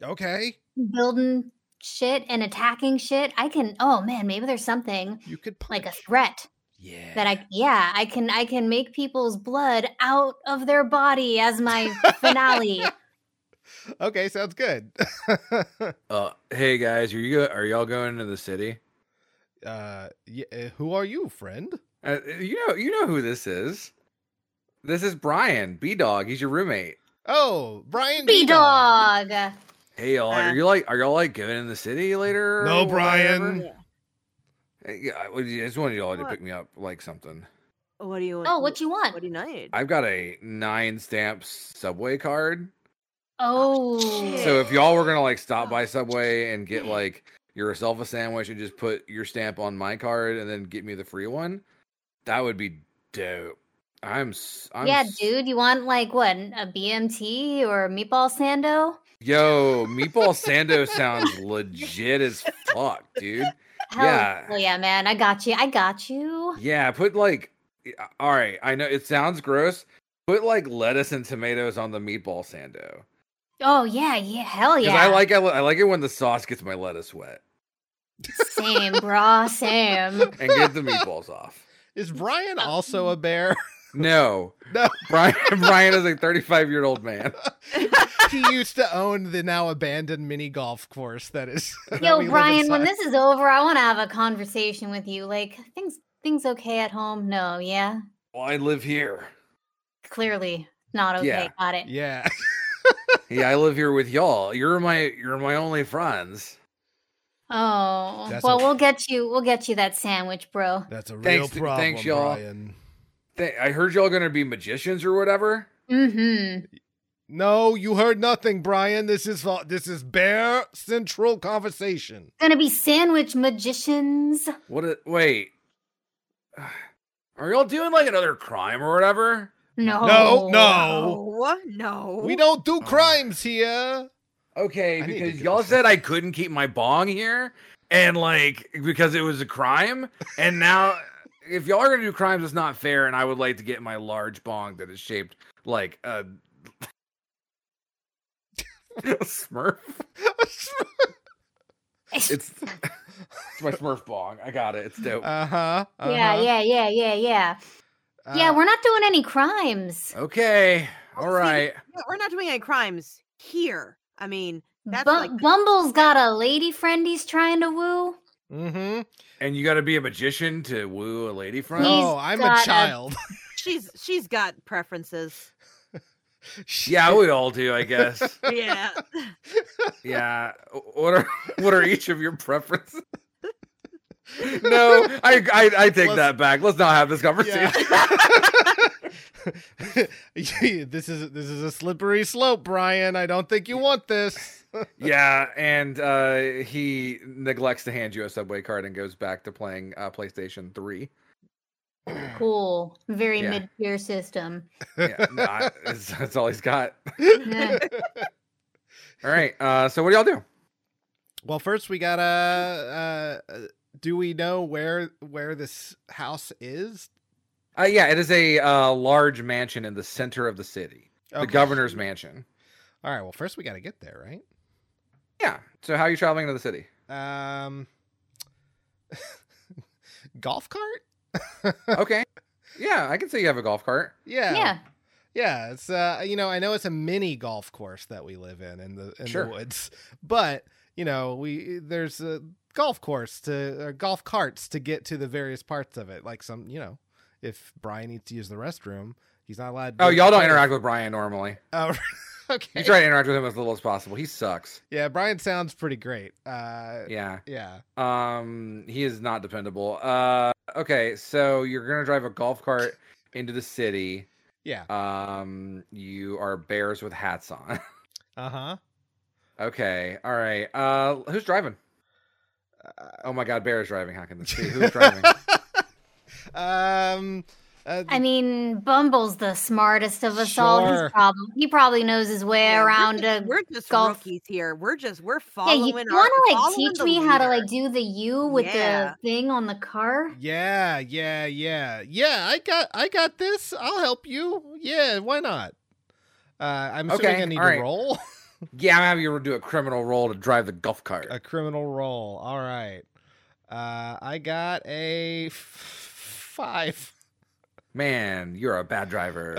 [SPEAKER 1] okay.
[SPEAKER 2] building shit and attacking shit. I can. Oh man, maybe there's something
[SPEAKER 1] You could punch.
[SPEAKER 2] like a threat
[SPEAKER 1] yeah.
[SPEAKER 2] that I. Yeah, I can. I can make people's blood out of their body as my finale.
[SPEAKER 1] Okay, sounds good.
[SPEAKER 4] Uh, hey guys, are you go- are y'all going to the city?
[SPEAKER 1] uh, yeah, uh, who are you, friend?
[SPEAKER 4] Uh, you know, you know who this is. This is Brian B Dog. He's your roommate.
[SPEAKER 1] Oh, Brian
[SPEAKER 2] B dog.
[SPEAKER 4] Hey y'all, are
[SPEAKER 3] Uh,
[SPEAKER 4] you like are y'all like going in the city later?
[SPEAKER 1] No,
[SPEAKER 4] or
[SPEAKER 1] Brian.
[SPEAKER 4] whatever?
[SPEAKER 3] Yeah.
[SPEAKER 4] Hey, Yeah, I would- I just wanted y'all to
[SPEAKER 3] What?
[SPEAKER 4] pick me up like something.
[SPEAKER 3] What do you want?
[SPEAKER 2] Oh, what you
[SPEAKER 3] What
[SPEAKER 2] want?
[SPEAKER 3] do you need?
[SPEAKER 4] I've got a nine stamp subway card.
[SPEAKER 2] Oh,
[SPEAKER 3] shit.
[SPEAKER 4] So if y'all were gonna like stop by
[SPEAKER 3] Oh,
[SPEAKER 4] Subway and get
[SPEAKER 3] shit.
[SPEAKER 4] like yourself a sandwich and just put your stamp on my card and then get me the free one, that would be dope. I'm, s- I'm
[SPEAKER 2] yeah,
[SPEAKER 4] s-
[SPEAKER 2] dude. You want like what? A BMT or a meatball sando?
[SPEAKER 4] Yo, meatball sando sounds legit as fuck, dude.
[SPEAKER 2] Hell
[SPEAKER 4] Yeah.
[SPEAKER 2] well, yeah, man. I got you. I got you.
[SPEAKER 4] Yeah, put like, uh, all right. I know it sounds gross. Put like lettuce and tomatoes on the meatball sando.
[SPEAKER 2] Oh yeah, yeah, hell
[SPEAKER 4] Because
[SPEAKER 2] yeah.
[SPEAKER 4] I like I, li- I like it when the sauce gets my lettuce wet
[SPEAKER 2] same, brah, same.
[SPEAKER 4] and get the meatballs off.
[SPEAKER 1] Is Brian also a bear?
[SPEAKER 4] No,
[SPEAKER 1] No.
[SPEAKER 4] Brian Brian is a 35 year old man.
[SPEAKER 1] he used to own the now abandoned mini golf course that is. that we
[SPEAKER 2] Yo,
[SPEAKER 1] live
[SPEAKER 2] Brian, when
[SPEAKER 1] inside.
[SPEAKER 2] this is over, I want to have a conversation with you. Like things, things okay at home? No, yeah,
[SPEAKER 4] Well, I live here.
[SPEAKER 2] clearly not okay.
[SPEAKER 4] Yeah.
[SPEAKER 2] Got it.
[SPEAKER 1] Yeah.
[SPEAKER 4] Yeah, I live here with y'all. You're my you're my only friends.
[SPEAKER 2] Oh,
[SPEAKER 1] That's
[SPEAKER 2] well,
[SPEAKER 1] okay.
[SPEAKER 2] we'll get you. We'll get you that sandwich, bro.
[SPEAKER 1] That's a real
[SPEAKER 4] Thanks-
[SPEAKER 1] problem,
[SPEAKER 4] thanks, y'all.
[SPEAKER 1] Brian.
[SPEAKER 4] Th- I heard y'all gonna be magicians or whatever.
[SPEAKER 2] Mm-hmm.
[SPEAKER 1] No, you heard nothing, Brian. This is fa- this is bear central conversation.
[SPEAKER 2] Gonna be sandwich magicians.
[SPEAKER 4] What? A, wait, are y'all doing like another crime or whatever?
[SPEAKER 2] No,
[SPEAKER 1] no.
[SPEAKER 3] No, no.
[SPEAKER 1] We don't do
[SPEAKER 4] Oh.
[SPEAKER 1] crimes here.
[SPEAKER 4] Okay,
[SPEAKER 1] I need to
[SPEAKER 4] because
[SPEAKER 1] get
[SPEAKER 4] y'all
[SPEAKER 1] this
[SPEAKER 4] said I couldn't keep my bong here, and like because it was a crime, and now if y'all are gonna do crimes, it's not fair. And I would like to get my large bong that is shaped like a Smurf. It's it's my Smurf bong. I got it. It's dope.
[SPEAKER 1] Uh huh.
[SPEAKER 2] Yeah, yeah, yeah, yeah, yeah.
[SPEAKER 1] Uh, uh-huh.
[SPEAKER 2] yeah, we're not doing any crimes.
[SPEAKER 4] okay, all
[SPEAKER 3] Well, see,
[SPEAKER 4] right.
[SPEAKER 3] Yeah, We're not doing any crimes here. I mean, that's
[SPEAKER 2] Bu-
[SPEAKER 3] like-
[SPEAKER 2] Bumble's got a lady friend he's trying to woo.
[SPEAKER 1] Mm-hmm.
[SPEAKER 4] And you got to be a magician to woo a lady friend.
[SPEAKER 2] He's
[SPEAKER 1] No, I'm a
[SPEAKER 2] got a-
[SPEAKER 1] child.
[SPEAKER 3] she's she's got preferences.
[SPEAKER 4] Yeah, we all do, I guess.
[SPEAKER 3] Yeah.
[SPEAKER 4] Yeah. What are what are each of your preferences? No, I I, I take
[SPEAKER 1] Let's-
[SPEAKER 4] that back. Let's not have this conversation.
[SPEAKER 1] Yeah, this is this is a slippery slope, Brian. I don't think you want this.
[SPEAKER 4] Yeah, and uh, he neglects to hand you a subway card and goes back to playing uh, PlayStation Three.
[SPEAKER 2] Cool. Very
[SPEAKER 4] Yeah.
[SPEAKER 2] mid tier system.
[SPEAKER 4] Yeah, no, I- that's, that's all he's got.
[SPEAKER 2] Yeah.
[SPEAKER 4] All right. Uh, so what do y'all do?
[SPEAKER 1] well, first we gotta. Uh, uh, do we know where where this house is?
[SPEAKER 4] Uh, yeah, it is a uh, large mansion in the center of the city, the
[SPEAKER 1] Okay.
[SPEAKER 4] governor's mansion.
[SPEAKER 1] All right. Well, first we gotta get there, right?
[SPEAKER 4] Yeah. So how are you traveling to the city?
[SPEAKER 1] Um, golf cart.
[SPEAKER 4] Okay. yeah, I can say you have a golf cart.
[SPEAKER 1] Yeah.
[SPEAKER 2] yeah.
[SPEAKER 1] Yeah, it's uh, you know, I know it's a mini golf course that we live in in the in
[SPEAKER 4] Sure.
[SPEAKER 1] the woods, but you know, we there's a golf course to uh, golf carts to get to the various parts of it. Like some, you know, if Brian needs to use the restroom, he's not allowed. to
[SPEAKER 4] Oh,
[SPEAKER 1] use
[SPEAKER 4] y'all
[SPEAKER 1] the
[SPEAKER 4] don't
[SPEAKER 1] toilet.
[SPEAKER 4] interact with Brian normally.
[SPEAKER 1] Oh,
[SPEAKER 4] You
[SPEAKER 1] okay.
[SPEAKER 4] try to interact with him as little as possible. He sucks.
[SPEAKER 1] Yeah, Brian sounds pretty great. Uh,
[SPEAKER 4] Yeah.
[SPEAKER 1] yeah.
[SPEAKER 4] Um he is not dependable. Uh okay, so you're gonna drive a golf cart into the city.
[SPEAKER 1] Yeah.
[SPEAKER 4] Um, you are bears with hats on.
[SPEAKER 1] Uh huh.
[SPEAKER 4] okay, all right. Uh, who's driving? Oh my God, bears driving. How can this be? Who's driving?
[SPEAKER 1] um. Uh,
[SPEAKER 2] I mean, Bumble's the smartest of us all.
[SPEAKER 1] Sure.
[SPEAKER 2] He's probably he probably knows his way
[SPEAKER 3] Yeah,
[SPEAKER 2] around a
[SPEAKER 3] We're just, we're just
[SPEAKER 2] golf-
[SPEAKER 3] rookies here. We're just we're
[SPEAKER 2] Yeah,
[SPEAKER 3] following.
[SPEAKER 2] you
[SPEAKER 3] our-
[SPEAKER 2] want to like
[SPEAKER 3] following
[SPEAKER 2] teach
[SPEAKER 3] the
[SPEAKER 2] me how to
[SPEAKER 3] leader.
[SPEAKER 2] like do the U with
[SPEAKER 3] Yeah.
[SPEAKER 2] the thing on the car?
[SPEAKER 1] yeah, yeah, yeah, yeah. I got, I got this. I'll help you. Yeah, why not? Uh, I'm assuming
[SPEAKER 4] Okay,
[SPEAKER 1] I need
[SPEAKER 4] all
[SPEAKER 1] to
[SPEAKER 4] right.
[SPEAKER 1] roll
[SPEAKER 4] yeah, I'm having you do a criminal roll to drive the golf cart.
[SPEAKER 1] a criminal roll. All right. Uh, I got a f- five.
[SPEAKER 4] Man, you're a bad driver.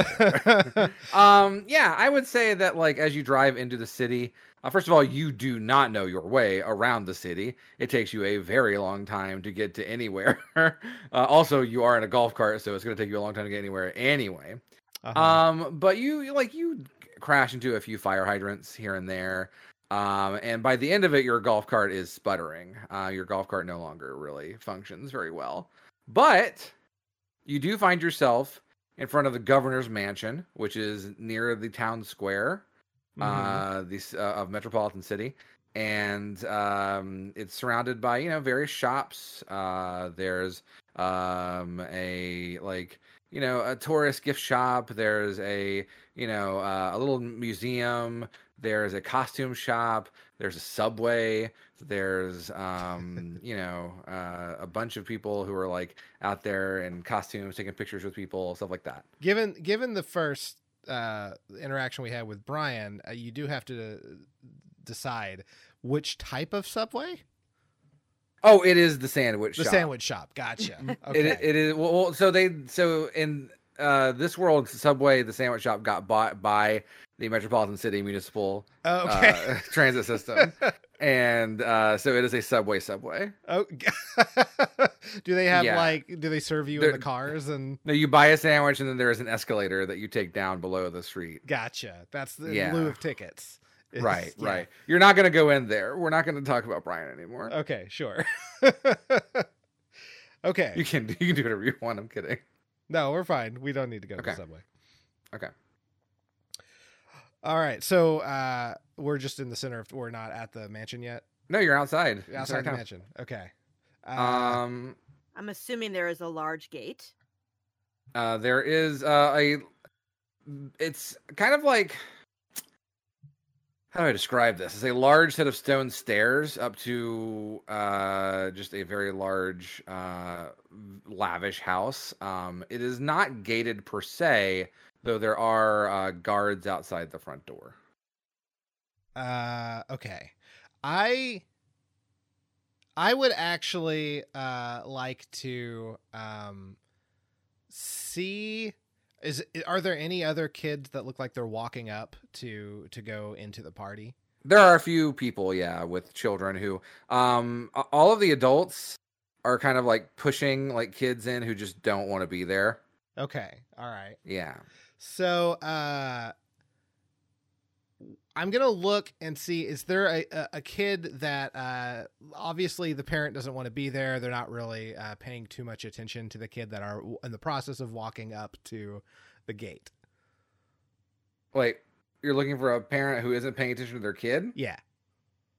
[SPEAKER 4] um, yeah, I would say that like as you drive into the city, uh, first of all, you do not know your way around the city. It takes you a very long time to get to anywhere. uh, also, you are in a golf cart, so it's going to take you a long time to get anywhere anyway.
[SPEAKER 1] Uh-huh.
[SPEAKER 4] Um, but you you, like you crash into a few fire hydrants here and there. Um, and by the end of it, your golf cart is sputtering. Uh, your golf cart no longer really functions very well. But you do find yourself in front of the governor's mansion, which is near the town square
[SPEAKER 1] Mhm.
[SPEAKER 4] uh, these uh, of metropolitan city and um, it's surrounded by you know various shops uh, there's um, a like you know a tourist gift shop there's a you know uh, a little museum there's a costume shop there's a subway there's um, you know uh, a bunch of people who are like out there in costumes taking pictures with people stuff like that
[SPEAKER 1] given given the first uh, interaction we had with Brian, uh, you do have to decide which type of subway.
[SPEAKER 4] oh it is the sandwich
[SPEAKER 1] The
[SPEAKER 4] shop.
[SPEAKER 1] sandwich shop. Gotcha. Okay.
[SPEAKER 4] Mm-hmm. It, it is well, well. So they so in uh, this world, Subway, the sandwich shop, got bought by the Metropolitan City Municipal
[SPEAKER 1] okay.
[SPEAKER 4] uh, Transit System, and uh, so it is a Subway Subway.
[SPEAKER 1] Oh, do they have
[SPEAKER 4] Yeah.
[SPEAKER 1] like? Do they serve you in
[SPEAKER 4] They're-
[SPEAKER 1] the cars? And
[SPEAKER 4] No, you buy a sandwich, and then there is an escalator that you take down below the street.
[SPEAKER 1] gotcha. That's the
[SPEAKER 4] Yeah.
[SPEAKER 1] in lieu of tickets. It's-
[SPEAKER 4] right,
[SPEAKER 1] yeah.
[SPEAKER 4] right. You're not going to go in there. We're not going to talk about Brian anymore.
[SPEAKER 1] Okay, sure. okay.
[SPEAKER 4] You can you can do whatever you want. I'm kidding.
[SPEAKER 1] No, we're fine. We don't need to go to
[SPEAKER 4] Okay.
[SPEAKER 1] the subway.
[SPEAKER 4] Okay.
[SPEAKER 1] All right. So uh we're just in the center of we're not at the mansion yet.
[SPEAKER 4] No, you're outside. You're
[SPEAKER 1] Outside the
[SPEAKER 4] downtown.
[SPEAKER 1] mansion. Okay. Uh,
[SPEAKER 4] Um,
[SPEAKER 3] I'm assuming there is a large gate.
[SPEAKER 4] Uh, there is uh, a. It's kind of like. How do I describe this? It's a large set of stone stairs up to uh, just a very large, uh, lavish house. Um, it is not gated per se, though there are uh, guards outside the front door. Um,
[SPEAKER 1] uh okay. I I would actually uh like to um see is are there any other kids that look like they're walking up to to go into the party?
[SPEAKER 4] There are a few people, yeah, with children who, um, a- all of the adults are kind of like pushing like kids in who just don't want to be there.
[SPEAKER 1] Okay. All right.
[SPEAKER 4] Yeah.
[SPEAKER 1] So uh I'm gonna look and see is there a, a, a kid that uh obviously the parent doesn't want to be there. They're not really uh, paying too much attention to the kid that are w- in the process of walking up to the gate.
[SPEAKER 4] Wait, you're looking for a parent who isn't paying attention to their kid?
[SPEAKER 1] Yeah.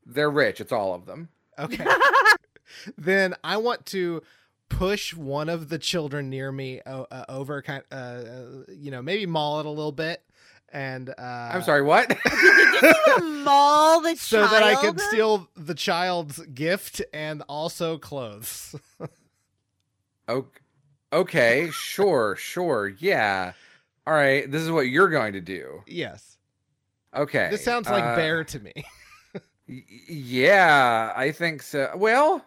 [SPEAKER 4] They're rich. It's all of them.
[SPEAKER 1] Okay. then I want to push one of the children near me o- uh, over kind uh, uh, you know maybe maul it a little bit and uh
[SPEAKER 4] I'm sorry, what?
[SPEAKER 3] Maul the
[SPEAKER 1] so
[SPEAKER 3] child.
[SPEAKER 1] that I can steal the child's gift and also clothes.
[SPEAKER 4] O- okay, sure, sure. Yeah. All right, this is what you're going to do.
[SPEAKER 1] yes.
[SPEAKER 4] Okay.
[SPEAKER 1] This sounds like
[SPEAKER 4] uh,
[SPEAKER 1] bear to me.
[SPEAKER 4] y- y- yeah, I think so. Well,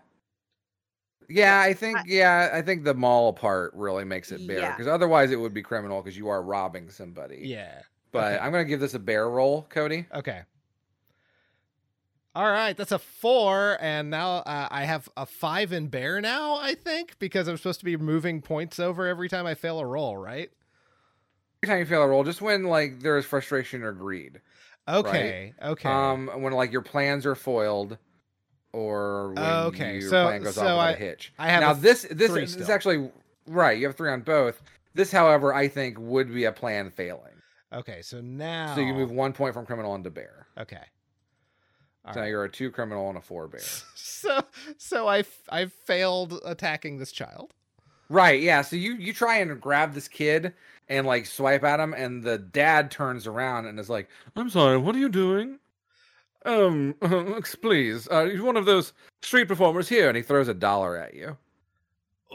[SPEAKER 4] yeah, I think yeah, I think the mall part really makes it bear
[SPEAKER 3] Yeah.
[SPEAKER 4] because otherwise it would be criminal because you are robbing somebody.
[SPEAKER 1] yeah.
[SPEAKER 4] But
[SPEAKER 1] okay.
[SPEAKER 4] I'm gonna give this a bear roll, Cody.
[SPEAKER 1] Okay. All right, that's a four, and now uh, I have a five in bear now. I think because I'm supposed to be moving points over every time I fail a roll, right?
[SPEAKER 4] Every time you fail a roll, just when like there is frustration or greed.
[SPEAKER 1] Okay. Okay.
[SPEAKER 4] Um, when like your plans are foiled, or when
[SPEAKER 1] Oh, Okay,
[SPEAKER 4] your
[SPEAKER 1] so-
[SPEAKER 4] plan goes
[SPEAKER 1] so
[SPEAKER 4] off without
[SPEAKER 1] I-
[SPEAKER 4] a hitch.
[SPEAKER 1] I have
[SPEAKER 4] now
[SPEAKER 1] a
[SPEAKER 4] this this
[SPEAKER 1] three
[SPEAKER 4] this is
[SPEAKER 1] still.
[SPEAKER 4] actually right. You have three on both. This, however, I think would be a plan failing.
[SPEAKER 1] Okay, so now
[SPEAKER 4] So you move one point from criminal onto bear.
[SPEAKER 1] Okay. All
[SPEAKER 4] so now
[SPEAKER 1] right.
[SPEAKER 4] you're a two criminal and a four bear.
[SPEAKER 1] So so I f- I failed attacking this child.
[SPEAKER 4] Right, yeah. So you you try and grab this kid and like swipe at him, and the dad turns around and is like, "I'm sorry, what are you doing? Um, ex- please, uh, you're one of those street performers here." And he throws a dollar at you.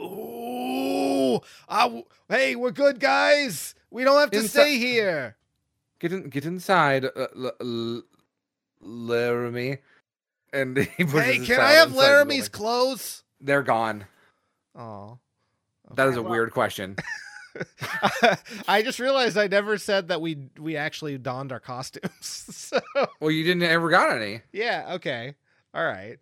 [SPEAKER 1] Ooh! I w- hey, we're good guys. We don't have to
[SPEAKER 4] Inside-
[SPEAKER 1] stay here.
[SPEAKER 4] Get in, get inside, uh, L- L- Laramie. And he pushes
[SPEAKER 1] Hey,
[SPEAKER 4] his
[SPEAKER 1] can
[SPEAKER 4] child
[SPEAKER 1] I have
[SPEAKER 4] inside the building.
[SPEAKER 1] Laramie's clothes?
[SPEAKER 4] They're gone.
[SPEAKER 1] Oh.
[SPEAKER 4] That is a
[SPEAKER 3] well-
[SPEAKER 4] weird question.
[SPEAKER 1] I just realized I never said that we we actually donned our costumes. so
[SPEAKER 4] Well, you didn't ever got any.
[SPEAKER 1] yeah, okay. All right.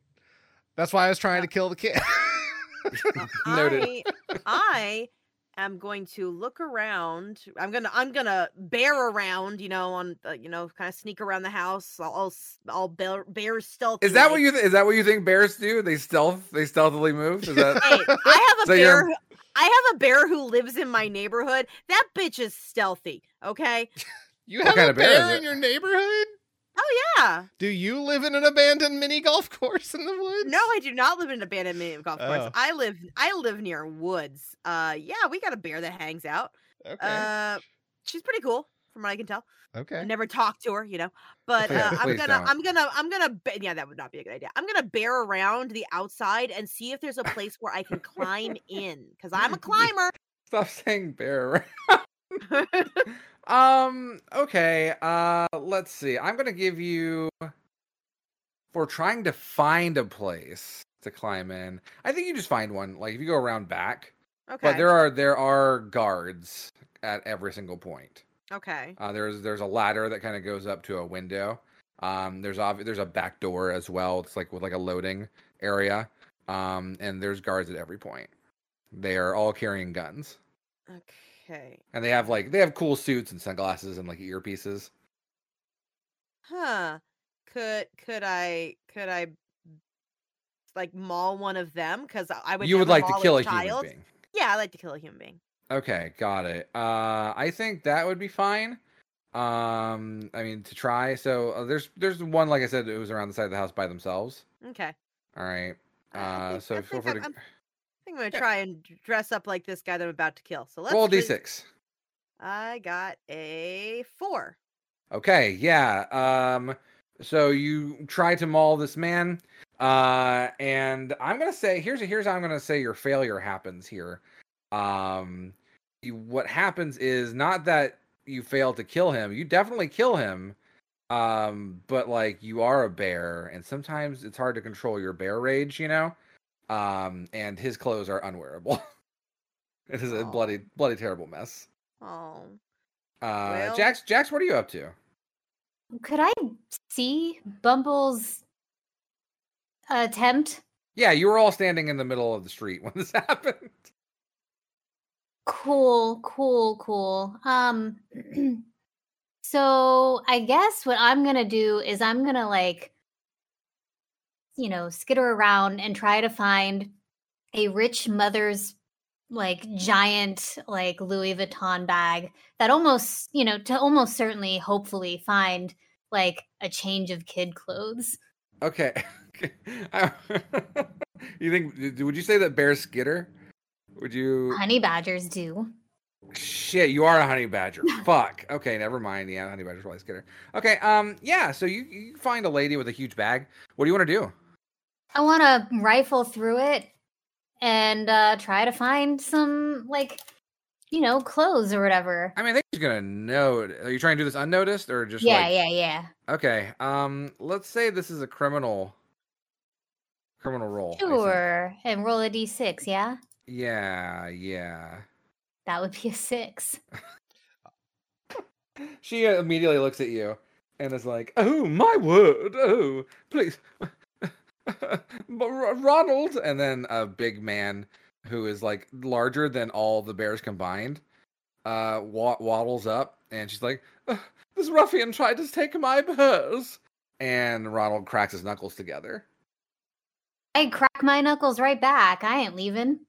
[SPEAKER 1] That's why I was trying to kill the kid.
[SPEAKER 4] Noted.
[SPEAKER 3] I, I am going to look around. I'm gonna I'm gonna bear around, you know, on uh, you know, kind of sneak around the house. I'll I'll, s- I'll bear, bear stealthy.
[SPEAKER 4] Is that what
[SPEAKER 3] like-
[SPEAKER 4] you th- is that what you think bears do? They stealth they stealthily move. Is that
[SPEAKER 3] Hey, I have a
[SPEAKER 4] So you're-
[SPEAKER 3] bear. who- I have a bear who lives in my neighborhood. That bitch is stealthy. Okay.
[SPEAKER 1] you
[SPEAKER 4] What
[SPEAKER 1] have
[SPEAKER 4] kind
[SPEAKER 1] a
[SPEAKER 4] of bear is
[SPEAKER 1] bear in
[SPEAKER 4] it?
[SPEAKER 1] your neighborhood?
[SPEAKER 3] Oh yeah.
[SPEAKER 1] Do you live in an abandoned mini golf course in the woods?
[SPEAKER 3] No, I do not live in an abandoned mini golf course.
[SPEAKER 1] Oh.
[SPEAKER 3] I live I live near woods. Uh yeah, we got a bear that hangs out.
[SPEAKER 1] Okay.
[SPEAKER 3] Uh she's pretty cool from what I can tell. I
[SPEAKER 1] okay.
[SPEAKER 3] never talked to her, you know. But
[SPEAKER 4] Yeah,
[SPEAKER 3] uh, I'm
[SPEAKER 4] please
[SPEAKER 3] gonna
[SPEAKER 4] don't.
[SPEAKER 3] I'm gonna I'm gonna ba- yeah, that would not be a good idea. I'm gonna bear around the outside and see if there's a place where I can climb in cuz I'm a climber.
[SPEAKER 4] Stop saying bear. um. Okay. Uh. Let's see. I'm gonna give you for trying to find a place to climb in. I think you just find one. Like if you go around back,
[SPEAKER 3] Okay.
[SPEAKER 4] but there are there are guards at every single point.
[SPEAKER 3] okay.
[SPEAKER 4] Uh, there's there's a ladder that kind of goes up to a window. Um, there's obvi- there's a back door as well. It's like with like a loading area. Um, and there's guards at every point. They are all carrying guns.
[SPEAKER 3] Okay.
[SPEAKER 4] And they have like they have cool suits and sunglasses and like earpieces.
[SPEAKER 3] Huh. Could could I could I like maul one of them cuz I would
[SPEAKER 4] you would
[SPEAKER 3] never
[SPEAKER 4] like to
[SPEAKER 3] maul
[SPEAKER 4] kill a
[SPEAKER 3] child.
[SPEAKER 4] human being.
[SPEAKER 3] Yeah, I like to kill a human being.
[SPEAKER 4] Okay, got it. Uh, I think that would be fine. Um, I mean to try. So uh, there's there's one like I said it was around the side of the house by themselves.
[SPEAKER 3] Okay.
[SPEAKER 4] All
[SPEAKER 3] I-
[SPEAKER 4] right.
[SPEAKER 3] I
[SPEAKER 4] Uh,
[SPEAKER 3] think- I
[SPEAKER 4] so feel
[SPEAKER 3] think
[SPEAKER 4] free
[SPEAKER 3] I'm-
[SPEAKER 4] to
[SPEAKER 3] I'm- I think I'm gonna
[SPEAKER 4] Yeah.
[SPEAKER 3] try and d- dress up like this guy that I'm about to kill. So let's
[SPEAKER 4] roll
[SPEAKER 3] do-
[SPEAKER 4] d d6.
[SPEAKER 3] I got a four.
[SPEAKER 4] Okay, yeah. Um, so you try to maul this man, uh, and I'm gonna say here's here's how I'm gonna say your failure happens here. Um, you, what happens is not that you fail to kill him. You definitely kill him, um, but like you are a bear, and sometimes it's hard to control your bear rage, you know. Um, and his clothes are unwearable. it is a
[SPEAKER 3] Aw.
[SPEAKER 4] bloody bloody terrible mess.
[SPEAKER 3] Oh,
[SPEAKER 4] Uh,
[SPEAKER 3] Well-
[SPEAKER 4] Jax, Jax, what are you up to?
[SPEAKER 2] Could I see Bumble's attempt?
[SPEAKER 4] Yeah, you were all standing in the middle of the street when this happened.
[SPEAKER 2] Cool, cool, cool. Um so I guess what I'm going to do is I'm going to like you know, skitter around and try to find a rich mother's like giant like Louis Vuitton bag that almost, you know, to almost certainly hopefully find like a change of kid clothes.
[SPEAKER 4] Okay. I- you think d- would you say that bears skitter? Would you
[SPEAKER 2] Honey badgers do.
[SPEAKER 4] shit, you are a honey badger. Fuck. Okay, never mind. Yeah, honey badger's probably skitter. Okay, um yeah, so you, you find a lady with a huge bag. What do you want to do?
[SPEAKER 2] I want to rifle through it and uh, try to find some, like, you know, clothes or whatever.
[SPEAKER 4] I mean, I think she's gonna know. Are you trying to do this unnoticed or just
[SPEAKER 2] yeah,
[SPEAKER 4] like
[SPEAKER 2] yeah, yeah.
[SPEAKER 4] okay. Um let's say this is a criminal criminal role. I think.
[SPEAKER 2] Sure. And roll a d6, yeah?
[SPEAKER 4] Yeah, yeah.
[SPEAKER 2] That would be a six.
[SPEAKER 4] She immediately looks at you and is like, "Oh my word! Oh, please, But Ro- Ronald!" And then a big man who is like larger than all the bears combined uh, wa- waddles up, and she's like, "Ugh, "This ruffian tried to take my bears." And Ronald cracks his knuckles together.
[SPEAKER 2] I crack my knuckles right back. I ain't leaving.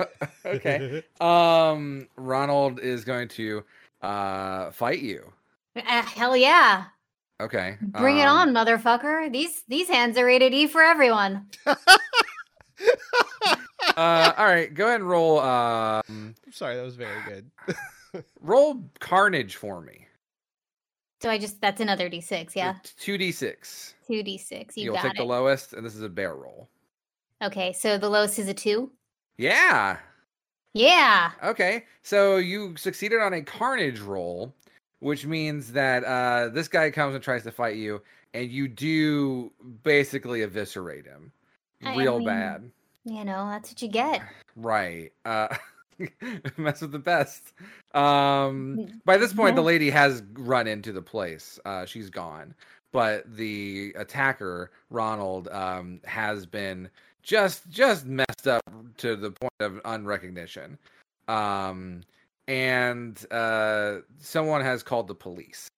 [SPEAKER 4] okay. Um, Ronald is going to uh fight you.
[SPEAKER 2] Uh, hell yeah.
[SPEAKER 4] Okay.
[SPEAKER 2] Bring it
[SPEAKER 4] um,
[SPEAKER 2] on, motherfucker. These these hands are rated E for everyone.
[SPEAKER 4] uh, all right. Go ahead and roll. Um,
[SPEAKER 1] I'm sorry, that was very good.
[SPEAKER 4] roll carnage for me.
[SPEAKER 2] So I just that's another D6, yeah.
[SPEAKER 4] Two d six.
[SPEAKER 2] Two D6. You
[SPEAKER 4] You'll
[SPEAKER 2] got
[SPEAKER 4] take
[SPEAKER 2] it.
[SPEAKER 4] the lowest, and this is a bear roll.
[SPEAKER 2] okay, so the lowest is a two.
[SPEAKER 4] Yeah.
[SPEAKER 2] Yeah.
[SPEAKER 4] Okay, so you succeeded on a carnage roll, which means that uh, this guy comes and tries to fight you, and you do basically eviscerate him,
[SPEAKER 2] I
[SPEAKER 4] real
[SPEAKER 2] mean-
[SPEAKER 4] bad.
[SPEAKER 2] You know, that's what you get.
[SPEAKER 4] Right. Uh, mess with the best. Um,
[SPEAKER 2] Mm,
[SPEAKER 4] by this point, the
[SPEAKER 2] yeah.
[SPEAKER 4] lady has run into the place. Uh, she's gone. But the attacker, Ronald, um, has been just just messed up to the point of unrecognition. Um, and uh, someone has called the police.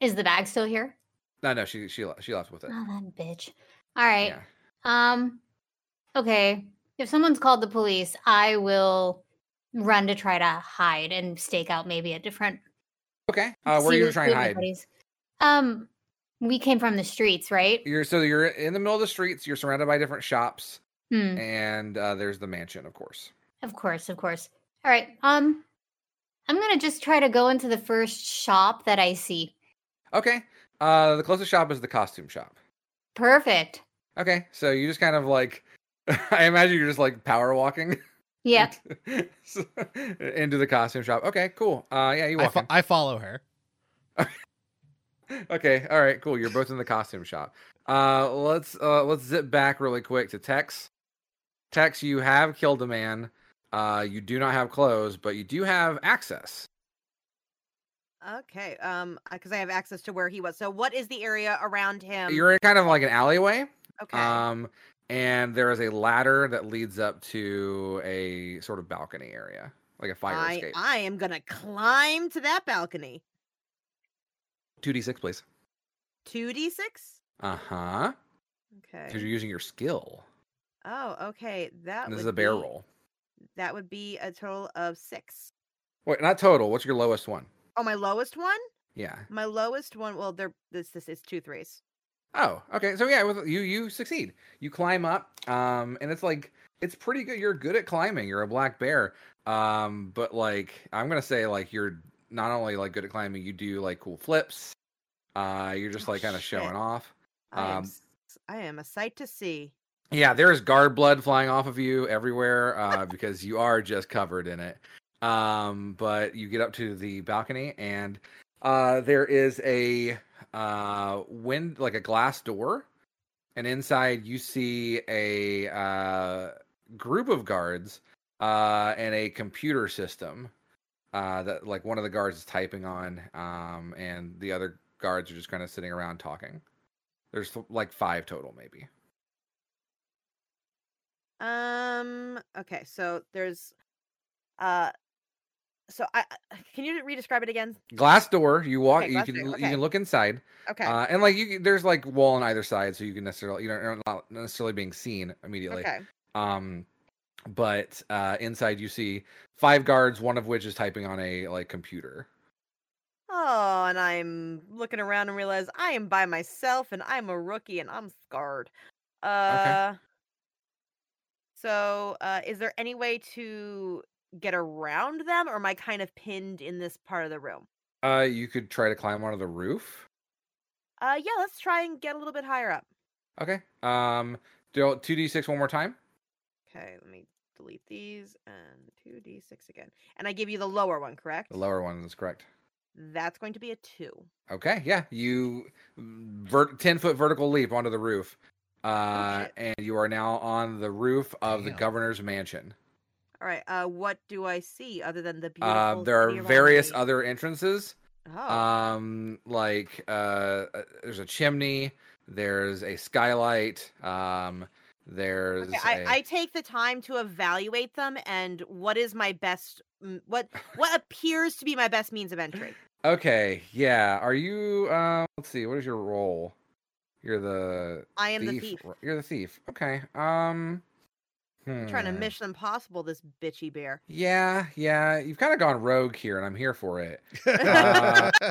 [SPEAKER 2] Is the bag still here?
[SPEAKER 4] No, no, she she le- she left with it.
[SPEAKER 2] Oh that bitch. All right.
[SPEAKER 4] Yeah.
[SPEAKER 2] Um okay. If someone's called the police, I will run to try to hide and stake out maybe a different
[SPEAKER 4] Okay. Uh, where are
[SPEAKER 2] see
[SPEAKER 4] you
[SPEAKER 2] who-
[SPEAKER 4] trying
[SPEAKER 2] who
[SPEAKER 4] to hide?
[SPEAKER 2] everybody's- Um we came from the streets, right?
[SPEAKER 4] You're so you're in the middle of the streets. You're surrounded by different shops.
[SPEAKER 2] Hmm.
[SPEAKER 4] and uh, there's the mansion, of course.
[SPEAKER 2] Of course, of course. All right. Um I'm going to just try to go into the first shop that I see.
[SPEAKER 4] Okay. Uh, the closest shop is the costume shop.
[SPEAKER 2] Perfect.
[SPEAKER 4] Okay, so you just kind of like, I imagine you're just like power walking.
[SPEAKER 2] Yeah.
[SPEAKER 4] so- into the costume shop. Okay, cool. Uh, yeah, you
[SPEAKER 1] I,
[SPEAKER 4] walk.
[SPEAKER 1] fo-
[SPEAKER 4] in.
[SPEAKER 1] I follow her.
[SPEAKER 4] okay, all right, cool. You're both in the costume shop. Uh, let's uh, let's zip back really quick to Tex. Tex, you have killed a man. Uh, you do not have clothes, but you do have access.
[SPEAKER 3] Okay. Um, because I have access to where he was. So what is the area around him?
[SPEAKER 4] You're in kind of like an alleyway.
[SPEAKER 3] Um, okay.
[SPEAKER 4] Um, and there is a ladder that leads up to a sort of balcony area, like a fire
[SPEAKER 3] I,
[SPEAKER 4] escape.
[SPEAKER 3] I am gonna climb to that balcony.
[SPEAKER 4] Two d six, please.
[SPEAKER 3] Two d six.
[SPEAKER 4] Uh huh. Because
[SPEAKER 3] Okay.
[SPEAKER 4] you're using your skill.
[SPEAKER 3] Oh, okay. That
[SPEAKER 4] This
[SPEAKER 3] would
[SPEAKER 4] is a bear
[SPEAKER 3] be-
[SPEAKER 4] roll.
[SPEAKER 3] That would be a total of six.
[SPEAKER 4] Wait, not total. What's your lowest one?
[SPEAKER 3] Oh, my lowest one.
[SPEAKER 4] Yeah.
[SPEAKER 3] My lowest one. Well, there. This this is two threes.
[SPEAKER 4] Oh, okay. So yeah, with, you you succeed. You climb up, um, and it's like it's pretty good. You're good at climbing. You're a black bear, um, but like I'm gonna say, like you're not only like good at climbing, you do like cool flips. Uh, you're just
[SPEAKER 3] Oh,
[SPEAKER 4] like kind of showing
[SPEAKER 3] shit.
[SPEAKER 4] off.
[SPEAKER 3] I
[SPEAKER 4] Um,
[SPEAKER 3] am. s- I am a sight to see.
[SPEAKER 4] Yeah, there's guard blood flying off of you everywhere uh, because you are just covered in it. Um, but you get up to the balcony, and uh, there is a uh, wind, like a glass door, and inside you see a uh, group of guards uh, and a computer system uh, that, like, one of the guards is typing on, um, and the other guards are just kind of sitting around talking. There's like five total, maybe.
[SPEAKER 3] Um. Okay. So there's. Uh. So I I- can you re-describe it again?
[SPEAKER 4] glass door you walk
[SPEAKER 3] Okay,
[SPEAKER 4] you
[SPEAKER 3] glass
[SPEAKER 4] can
[SPEAKER 3] door,
[SPEAKER 4] you
[SPEAKER 3] okay.
[SPEAKER 4] can look inside
[SPEAKER 3] Okay.
[SPEAKER 4] uh, and like you can- there's like wall on either side so you can necessarily you know you're not necessarily being seen immediately
[SPEAKER 3] okay.
[SPEAKER 4] um but uh inside you see five guards one of which is typing on a like computer
[SPEAKER 3] Oh, and I'm looking around and realize I am by myself and I'm a rookie and I'm scarred. Uh So, uh is there any way to get around them or am I kind of pinned in this part of the room?
[SPEAKER 4] uh you could try to climb onto the roof
[SPEAKER 3] Uh yeah, let's try and get a little bit higher up.
[SPEAKER 4] okay um do 2d6 one more time
[SPEAKER 3] Okay, let me delete these and 2d6 again. And I give you the lower one, correct?
[SPEAKER 4] the lower one is correct
[SPEAKER 3] That's going to be a 2.
[SPEAKER 4] Okay, yeah, you vert, ten foot vertical leap onto the roof, uh,
[SPEAKER 3] Oh, shit.
[SPEAKER 4] and you are now on the roof of the
[SPEAKER 1] Damn.
[SPEAKER 4] governor's mansion.
[SPEAKER 3] All right. Uh what do I see other than the beautiful
[SPEAKER 4] Uh, there are
[SPEAKER 3] sea around
[SPEAKER 4] various
[SPEAKER 3] me?
[SPEAKER 4] other entrances,
[SPEAKER 3] Oh.
[SPEAKER 4] um, like uh, uh, there's a chimney, there's a skylight, um, there's
[SPEAKER 3] Okay, I,
[SPEAKER 4] a-
[SPEAKER 3] I take the time to evaluate them and what is my best m- what what appears to be my best means of entry
[SPEAKER 4] um, okay, yeah. Are you? Uh, let's see, what is your role? You're the
[SPEAKER 3] I am
[SPEAKER 4] thief.
[SPEAKER 3] the thief.
[SPEAKER 4] r- You're the thief. Okay. Um.
[SPEAKER 3] I'm trying to
[SPEAKER 4] hmm.
[SPEAKER 3] mission impossible this bitchy bear.
[SPEAKER 4] Yeah, yeah. You've kind of gone rogue here, and I'm here for it.
[SPEAKER 1] Uh,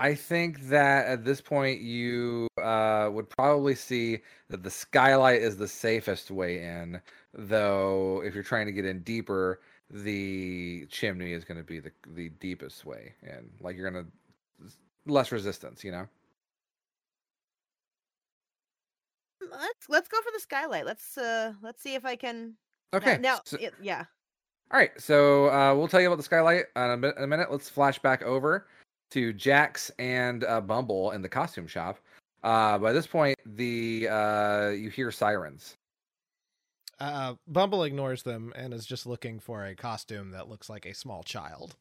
[SPEAKER 4] I think that at this point you uh, would probably see that the skylight is the safest way in, though if you're trying to get in deeper, the chimney is going to be the the deepest way in. Like you're going to less resistance, you know.
[SPEAKER 3] Mm, Let's let's go for the skylight. Let's uh let's see if I can. now-
[SPEAKER 4] Okay.
[SPEAKER 3] Now,
[SPEAKER 4] so-
[SPEAKER 3] it- yeah.
[SPEAKER 4] All right, so uh, we'll tell you about the skylight in a, mi- in a minute. Let's flash back over to Jax and uh, Bumble in the costume shop. Uh, by this point, the uh, you hear sirens.
[SPEAKER 1] uh, Bumble ignores them and is just looking for a costume that looks like a small child.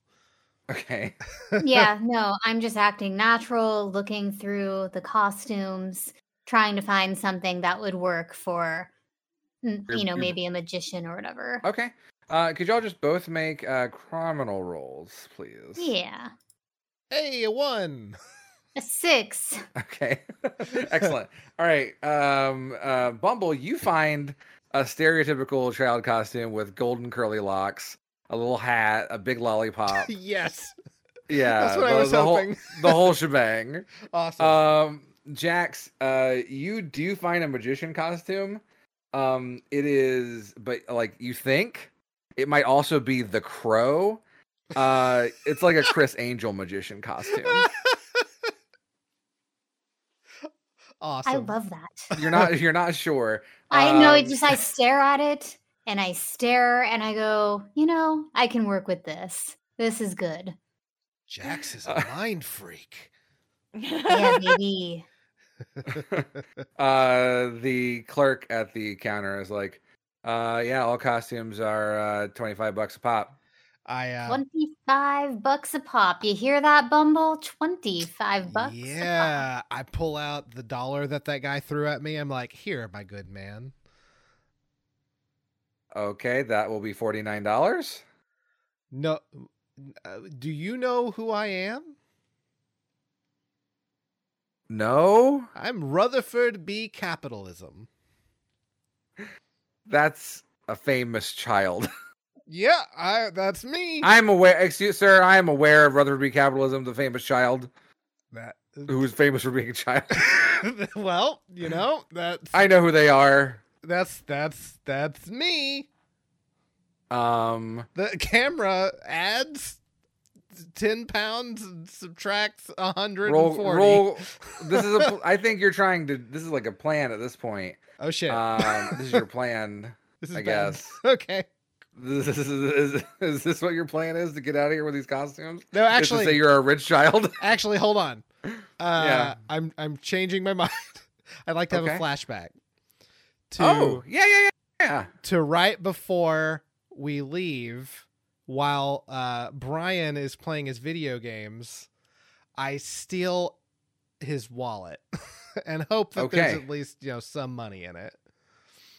[SPEAKER 4] Okay,
[SPEAKER 2] yeah, no, I'm just acting natural, looking through the costumes, trying to find something that would work for, mm,
[SPEAKER 4] Your-
[SPEAKER 2] you know,
[SPEAKER 4] your-
[SPEAKER 2] maybe a magician or whatever.
[SPEAKER 4] okay. Uh, could y'all just both make uh, criminal rolls, please?
[SPEAKER 2] Yeah,
[SPEAKER 1] Hey, a one.
[SPEAKER 2] a six.
[SPEAKER 4] Okay. Excellent. All right. Um, uh, Bumble, you find a stereotypical child costume with golden curly locks, a little hat, a big lollipop.
[SPEAKER 1] yes,
[SPEAKER 4] Yeah,
[SPEAKER 1] that's what I
[SPEAKER 4] the-
[SPEAKER 1] was
[SPEAKER 4] the whole-
[SPEAKER 1] hoping.
[SPEAKER 4] the whole shebang.
[SPEAKER 1] Awesome.
[SPEAKER 4] Um, Jax, uh, you do find a magician costume. Um, it is, but like you think it might also be the crow. Uh, it's like a Chris Angel magician costume.
[SPEAKER 1] awesome.
[SPEAKER 2] I love that.
[SPEAKER 4] You're not, you're not sure.
[SPEAKER 2] I know. It
[SPEAKER 4] Um,
[SPEAKER 2] just I stare at it and I stare and I go, you know, I can work with this. This is good.
[SPEAKER 1] Jax is
[SPEAKER 4] Uh,
[SPEAKER 1] a mind freak.
[SPEAKER 2] Yeah, baby.
[SPEAKER 4] uh, the clerk at the counter is like, uh, yeah, all costumes are uh 25 bucks a pop.
[SPEAKER 1] I uh,
[SPEAKER 2] 25 bucks a pop. You hear that, Bumble? 25 bucks. a pop.
[SPEAKER 1] Yeah, I pull out the dollar that that guy threw at me. I'm like, here, my good man.
[SPEAKER 4] Okay, that will be $49.
[SPEAKER 1] No, uh, do you know who I am?
[SPEAKER 4] No,
[SPEAKER 1] I'm Rutherford B. Capitalism.
[SPEAKER 4] that's a famous child.
[SPEAKER 1] Yeah, I, that's me.
[SPEAKER 4] I'm aware, excuse sir, I am aware of Rutherford B. Capitalism, the famous child
[SPEAKER 1] that,
[SPEAKER 4] who's famous for being a child.
[SPEAKER 1] well, you know, that's
[SPEAKER 4] I know who they are.
[SPEAKER 1] that's that's that's me.
[SPEAKER 4] Um,
[SPEAKER 1] The camera adds ten pounds and subtracts a hundred
[SPEAKER 4] roll,
[SPEAKER 1] and forty.
[SPEAKER 4] roll. This is a. pl- I think you're trying to. This is like a plan at this point.
[SPEAKER 1] oh shit!
[SPEAKER 4] Um, this is your plan.
[SPEAKER 1] this is
[SPEAKER 4] I
[SPEAKER 1] bad.
[SPEAKER 4] guess.
[SPEAKER 1] Okay.
[SPEAKER 4] This is, is, is this what your plan is to get out of here with these costumes?
[SPEAKER 1] No,
[SPEAKER 4] Is to
[SPEAKER 1] actually,
[SPEAKER 4] say you're a rich child.
[SPEAKER 1] actually hold on uh
[SPEAKER 4] Yeah.
[SPEAKER 1] i'm i'm changing my mind i'd like to have
[SPEAKER 4] Okay.
[SPEAKER 1] a flashback to
[SPEAKER 4] oh, yeah, yeah, yeah, yeah.
[SPEAKER 1] to right before we leave while uh brian is playing his video games i steal his wallet and hope that there's
[SPEAKER 4] Okay.
[SPEAKER 1] at least you know some money in it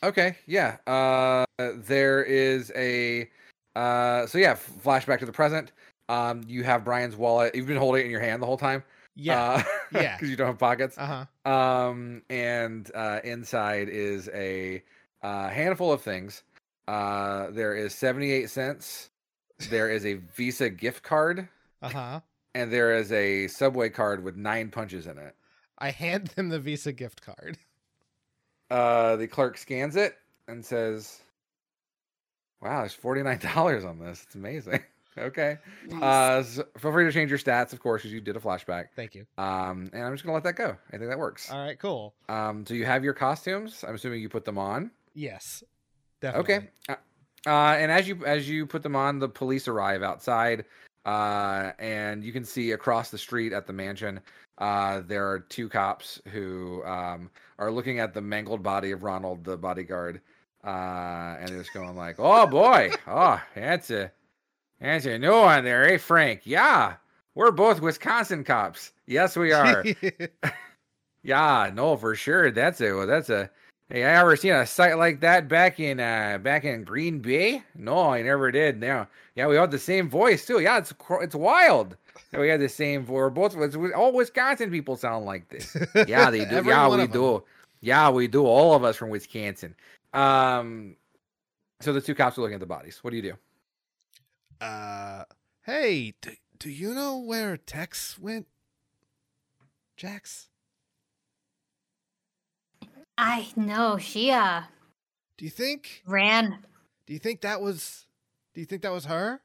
[SPEAKER 4] Okay, yeah. Uh, there is a. Uh, so yeah, f- flashback to the present. Um, you have Brian's wallet. You've been holding it in your hand the whole time.
[SPEAKER 1] yeah
[SPEAKER 4] Uh,
[SPEAKER 1] yeah.
[SPEAKER 4] Because you don't have pockets.
[SPEAKER 1] uh-huh
[SPEAKER 4] Um, and uh, inside is a uh, handful of things. Uh, there is seventy-eight cents. There is a Visa gift card,
[SPEAKER 1] uh-huh
[SPEAKER 4] and there is a Subway card with nine punches in it.
[SPEAKER 1] i hand them the visa gift card
[SPEAKER 4] Uh, the clerk scans it and says, "Wow, there's forty-nine dollars on this. It's amazing." okay.
[SPEAKER 2] Nice.
[SPEAKER 4] Uh, so feel free to change your stats, of course, because you did a flashback.
[SPEAKER 1] thank you
[SPEAKER 4] Um, and I'm just gonna let that go. I think that works.
[SPEAKER 1] all right cool
[SPEAKER 4] Um, so you have your costumes. I'm assuming you put them on.
[SPEAKER 1] yes definitely
[SPEAKER 4] Okay. Uh, uh, and as you as you put them on, the police arrive outside, uh, and you can see across the street at the mansion, uh, there are two cops who um, are looking at the mangled body of Ronald, the bodyguard, uh, and they're just going like, "Oh boy, oh that's a that's a new one there, eh, Frank? Yeah, we're both Wisconsin cops. Yes, we are. Yeah, no, for sure. That's a well, that's a Hey, I ever seen a site like that back in uh back in Green Bay? No, I never did. Now, yeah, we all had the same voice too. Yeah, it's cr- it's wild. that we had the same voice. We're both it's- we- all Wisconsin people sound like this. Yeah, they do.
[SPEAKER 1] Every
[SPEAKER 4] yeah,
[SPEAKER 1] one
[SPEAKER 4] we
[SPEAKER 1] of 'em.
[SPEAKER 4] do. Yeah, we do. All of us from Wisconsin. Um, so the two cops are looking at the bodies. What do you do?
[SPEAKER 1] Uh, hey, do, do you know where Tex went? Jax,
[SPEAKER 2] I know she uh
[SPEAKER 1] do you think?
[SPEAKER 2] ran.
[SPEAKER 1] Do you think that was? Do you think that was her?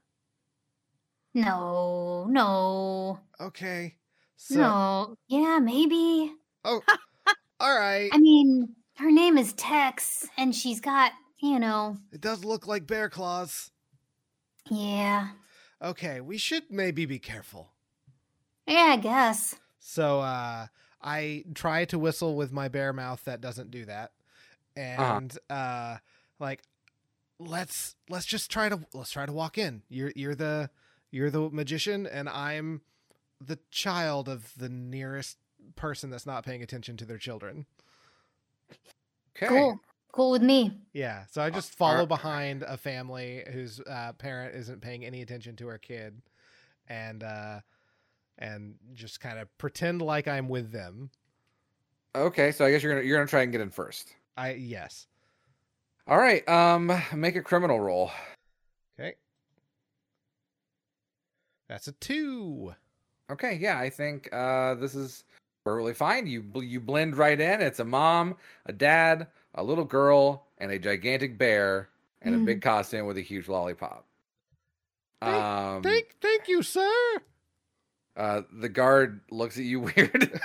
[SPEAKER 2] No, no,
[SPEAKER 1] Okay. So, oh,
[SPEAKER 2] no. Yeah, maybe.
[SPEAKER 1] all right.
[SPEAKER 2] I mean, her name is Tex, and she's got you know.
[SPEAKER 1] It does look like bear claws.
[SPEAKER 2] Yeah,
[SPEAKER 1] Okay, we should maybe be careful.
[SPEAKER 2] yeah, I guess.
[SPEAKER 1] So uh, I try to whistle with my bare mouth that doesn't do that, and uh like let's let's just try to let's try to walk in. You're you're the you're the magician, and I'm the child of the nearest person that's not paying attention to their children.
[SPEAKER 4] Okay.
[SPEAKER 2] Cool, cool with me.
[SPEAKER 1] Yeah, so I just
[SPEAKER 4] are-
[SPEAKER 1] follow behind a family whose uh, parent isn't paying any attention to her kid, and uh, and just kind of pretend like I'm with them.
[SPEAKER 4] Okay, so I guess you're gonna you're gonna try and get in first.
[SPEAKER 1] I yes.
[SPEAKER 4] All right. Um, make a criminal roll.
[SPEAKER 1] Okay. That's a two.
[SPEAKER 4] Okay, yeah, I think uh, this is perfectly fine. You bl- you blend right in. It's a mom, a dad, a little girl, and a gigantic bear, and a big costume with a huge lollipop.
[SPEAKER 1] Mm-hmm. Thank-
[SPEAKER 4] Um,
[SPEAKER 1] Thank, thank you, sir.
[SPEAKER 4] uh, the guard looks at you weird,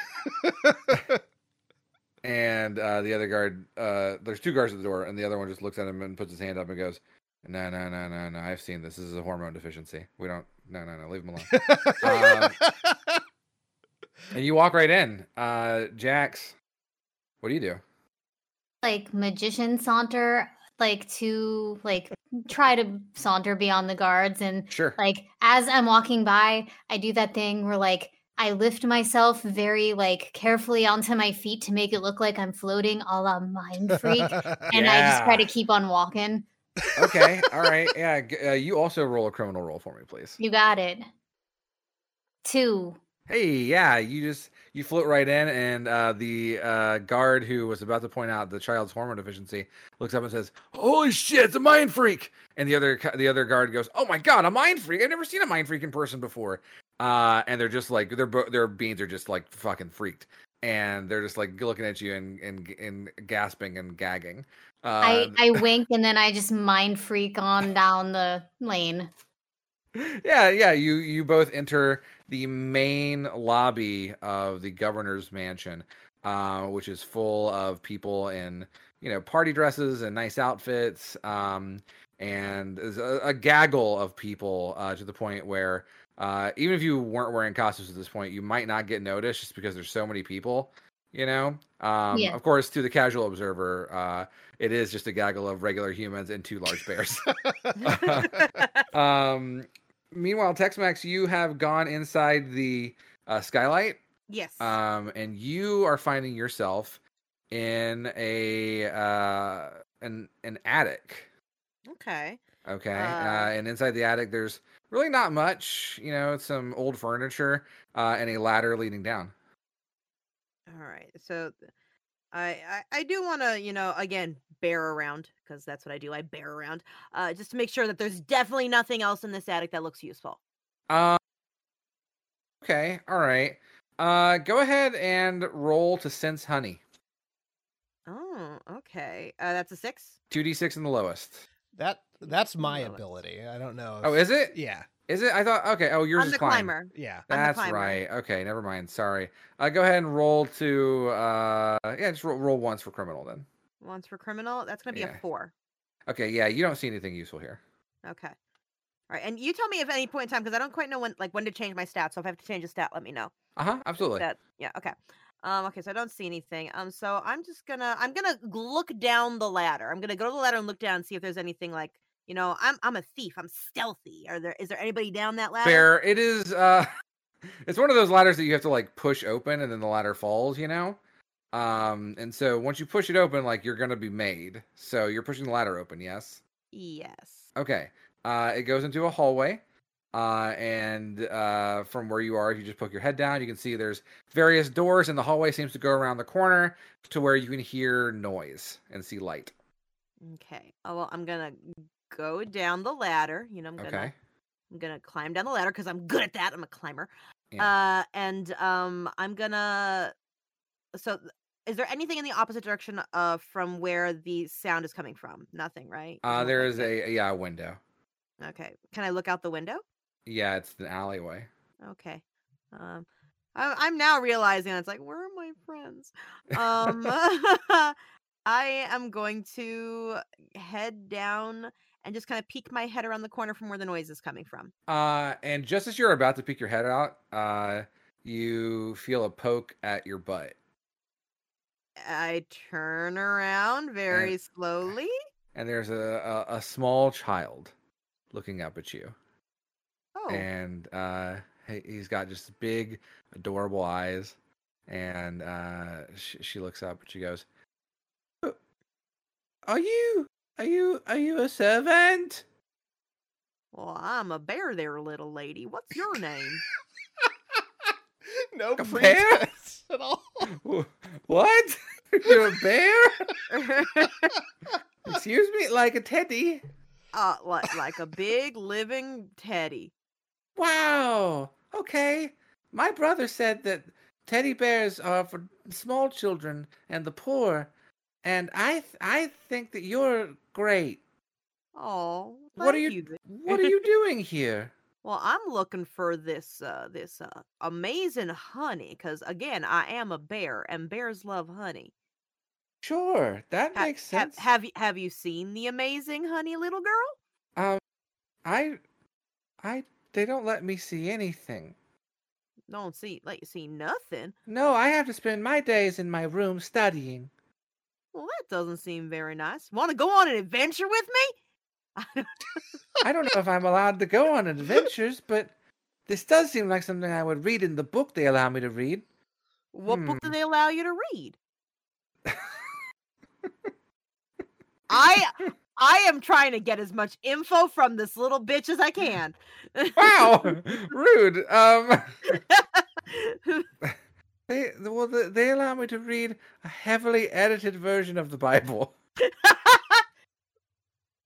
[SPEAKER 4] and uh, the other guard, uh, there's two guards at the door, and the other one just looks at him and puts his hand up and goes, "No, no, no, no, no. I've seen this. This is a hormone deficiency. We don't. No, no, no. Leave him alone." Um, and you walk right in. Uh, Jax, what do you do?
[SPEAKER 2] Like magician saunter, like to like try to saunter beyond the guards and
[SPEAKER 4] Sure.
[SPEAKER 2] like as i'm walking by i do that thing where like i lift myself very like carefully onto my feet to make it look like i'm floating a la mind freak and i just try
[SPEAKER 4] Yeah.
[SPEAKER 2] to keep on walking
[SPEAKER 4] okay. All right. Yeah. g- Uh, you also roll a criminal roll for me, please.
[SPEAKER 2] you got it two
[SPEAKER 4] Hey. Yeah. You just you float right in, and uh, the uh, guard who was about to point out the child's hormone deficiency looks up and says, "Holy shit! It's a mind freak!" And the other co- the other guard goes, "Oh my god, a mind freak! I've never seen a mind freak in person before." Uh, and they're just like their bo- their beans are just like fucking freaked, and they're just like looking at you and and and gasping and gagging. Uh,
[SPEAKER 2] i i wink and then i just mind freak on down the lane
[SPEAKER 4] yeah yeah you you both enter the main lobby of the governor's mansion uh, which is full of people in you know party dresses and nice outfits um, and there's a, a gaggle of people uh, to the point where uh, even if you weren't wearing costumes at this point you might not get noticed just because there's so many people you know um,
[SPEAKER 2] Yeah.
[SPEAKER 4] of course to the casual observer uh, it is just a gaggle of regular humans and two large bears um, meanwhile, Tex-Mex, you have gone inside the uh, skylight,
[SPEAKER 3] yes.
[SPEAKER 4] um, and you are finding yourself in a uh, an an attic.
[SPEAKER 3] okay.
[SPEAKER 4] Okay, uh,
[SPEAKER 3] Uh,
[SPEAKER 4] and inside the attic, there's really not much. You know, it's some old furniture uh, and a ladder leading down.
[SPEAKER 3] All right. So th- I I, I do want to, you know, again, bear around because that's what I do. I bear around uh just to make sure that there's definitely nothing else in this attic that looks useful.
[SPEAKER 4] Uh, okay, all right. Uh, go ahead and roll to sense honey.
[SPEAKER 3] Oh, okay. Uh that's a 6.
[SPEAKER 4] Two d six and the lowest.
[SPEAKER 1] that that's my
[SPEAKER 3] Love it.
[SPEAKER 1] ability. I don't know.
[SPEAKER 4] Oh,
[SPEAKER 1] if-
[SPEAKER 4] is it?
[SPEAKER 1] yeah,
[SPEAKER 4] Is it? I thought. Okay. Oh, yours
[SPEAKER 3] I'm
[SPEAKER 4] is
[SPEAKER 3] the
[SPEAKER 4] climb.
[SPEAKER 3] climber.
[SPEAKER 1] yeah.
[SPEAKER 3] I'm the
[SPEAKER 4] That's
[SPEAKER 3] climber.
[SPEAKER 4] right. Okay, never mind. Sorry. Uh, go ahead and roll to uh yeah, just roll, roll once for criminal then.
[SPEAKER 3] Once for criminal, that's going to be
[SPEAKER 4] Yeah.
[SPEAKER 3] a 4.
[SPEAKER 4] Okay, yeah, you don't see anything useful here.
[SPEAKER 3] Okay. All right. And you tell me if at any point in time because I don't quite know when like when to change my stat. So if I have to change a stat, let me know.
[SPEAKER 4] Uh-huh, absolutely.
[SPEAKER 3] That yeah, okay. Um, okay, so I don't see anything. Um, so I'm just gonna I'm gonna g- look down the ladder. I'm gonna go to the ladder and look down and see if there's anything like you know I'm I'm a thief. I'm stealthy. Are there is there anybody down that ladder?
[SPEAKER 4] Fair. It uh, is uh it's one of those ladders that you have to like push open and then the ladder falls, you know? Um, and so once you push it open, like you're gonna be made. So you're pushing the ladder open, yes?
[SPEAKER 3] Yes.
[SPEAKER 4] Okay. Uh, it goes into a hallway. Uh, and uh, from where you are, if you just poke your head down, you can see there's various doors, and the hallway seems to go around the corner to where you can hear noise and see light.
[SPEAKER 3] Okay. Oh well, I'm gonna go down the ladder. You know, I'm gonna
[SPEAKER 4] Okay.
[SPEAKER 3] I'm gonna climb down the ladder because I'm good at that. I'm a climber. Uh, and um, I'm gonna. So, th- is there anything in the opposite direction uh from where the sound is coming from? Nothing, right?
[SPEAKER 4] Uh, there
[SPEAKER 3] Okay,
[SPEAKER 4] is
[SPEAKER 3] good.
[SPEAKER 4] a yeah a window.
[SPEAKER 3] Okay. Can I look out the window?
[SPEAKER 4] Yeah, it's an alleyway.
[SPEAKER 3] Okay. Um, I, I'm now realizing it's like, where are my friends? Um, I am going to head down and just kind of peek my head around the corner from where the noise is coming from.
[SPEAKER 4] Uh, and just as you're about to peek your head out, uh, you feel a poke at your butt,
[SPEAKER 3] I turn around very slowly.
[SPEAKER 4] and there's a a, a small child looking up at you,
[SPEAKER 3] Oh,
[SPEAKER 4] and uh, he- he's got just big, adorable eyes, and uh, sh- she looks up and she goes, "Oh, "Are you are you are you a servant?"
[SPEAKER 3] well, I'm a bear there, little lady. What's your name?
[SPEAKER 1] no
[SPEAKER 4] Compare?
[SPEAKER 1] pretense at all.
[SPEAKER 4] Wh- what? You're a bear? Excuse me, like a teddy?
[SPEAKER 3] uh, like, like a big living teddy.
[SPEAKER 4] Wow. Okay. My brother said that teddy bears are for small children and the poor, and I th- I think that you're great.
[SPEAKER 3] Oh,
[SPEAKER 4] What are
[SPEAKER 3] thank
[SPEAKER 4] you-
[SPEAKER 3] th-
[SPEAKER 4] What are you doing here?
[SPEAKER 3] Well, I'm looking for this uh this uh amazing honey cuz again, I am a bear and bears love honey.
[SPEAKER 4] Sure, that
[SPEAKER 3] Ha-
[SPEAKER 4] makes
[SPEAKER 3] ha-
[SPEAKER 4] sense.
[SPEAKER 3] have you have you seen the amazing honey little girl?
[SPEAKER 4] um, I, I they don't let me see anything.
[SPEAKER 3] Don't see let you see nothing.
[SPEAKER 4] No, I have to spend my days in my room studying.
[SPEAKER 3] Well, that doesn't seem very nice. Want to go on an adventure with me? I don't-
[SPEAKER 4] I don't know if I'm allowed to go on adventures, but this does seem like something I would read in the book they allow me to read.
[SPEAKER 3] what book
[SPEAKER 4] Hmm.
[SPEAKER 3] do they allow you to read? I I am trying to get as much info from this little bitch as I can.
[SPEAKER 4] Wow, rude. Um, they well, they- they allow me to read a heavily edited version of the Bible.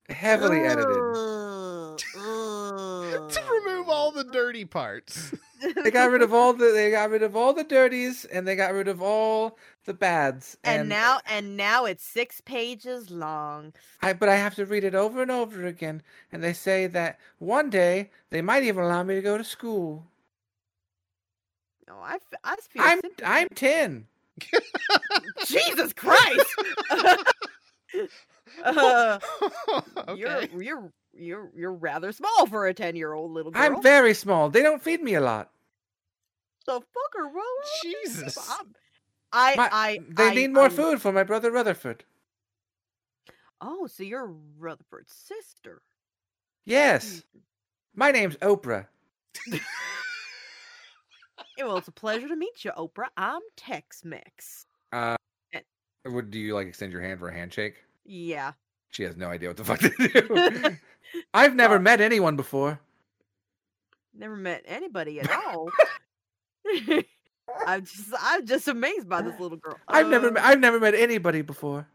[SPEAKER 4] heavily
[SPEAKER 3] Oh.
[SPEAKER 4] edited.
[SPEAKER 1] to remove all the dirty parts.
[SPEAKER 4] They got rid of all the they got rid of all the dirties, and they got rid of all the bads.
[SPEAKER 3] and, now and now it's six pages long.
[SPEAKER 4] I but I have to read it over and over again. And they say that one day they might even allow me to go to school.
[SPEAKER 3] Oh, I, f- I just feel
[SPEAKER 4] I'm
[SPEAKER 3] sympathy.
[SPEAKER 4] I'm ten.
[SPEAKER 3] Jesus Christ. Uh,
[SPEAKER 1] okay.
[SPEAKER 3] You're you're you're you're rather small for a ten year old little girl.
[SPEAKER 4] I'm very small. They don't feed me a lot.
[SPEAKER 3] the fucker. What?
[SPEAKER 1] Jesus.
[SPEAKER 3] I
[SPEAKER 4] My-
[SPEAKER 3] I
[SPEAKER 4] they
[SPEAKER 3] I-
[SPEAKER 4] need more
[SPEAKER 3] I-
[SPEAKER 4] food for my brother Rutherford.
[SPEAKER 3] Oh, so you're Rutherford's sister.
[SPEAKER 4] Yes.
[SPEAKER 3] Hmm.
[SPEAKER 4] My name's Oprah.
[SPEAKER 3] Eh, Well, it's a pleasure to meet you, Oprah. I'm Tex Mex.
[SPEAKER 4] Uh,
[SPEAKER 3] Eh.
[SPEAKER 4] would do you like extend your hand for a handshake?
[SPEAKER 3] Yeah.
[SPEAKER 4] She has no idea what the fuck to do. I've never met anyone before.
[SPEAKER 3] Never met anybody at all. I'm just I'm just amazed by this little girl.
[SPEAKER 4] I've never
[SPEAKER 3] Uh,
[SPEAKER 4] met, I've never met anybody before.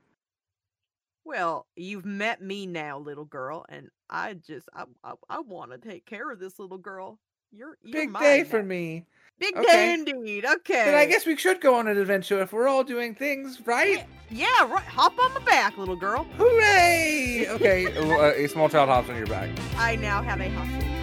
[SPEAKER 3] Well, you've met me now, little girl, and I just I I, I want to take care of this little girl. You're, you're
[SPEAKER 4] Big
[SPEAKER 3] mine
[SPEAKER 4] day for
[SPEAKER 3] now.
[SPEAKER 4] me.
[SPEAKER 3] Big
[SPEAKER 4] Okay.
[SPEAKER 3] day indeed. Okay.
[SPEAKER 4] But I guess we should go on an adventure if we're all doing things right.
[SPEAKER 3] Yeah, right. Hop on my back, little girl.
[SPEAKER 4] Hooray! Okay, a uh, small child hops on your back.
[SPEAKER 3] I now have a hostage.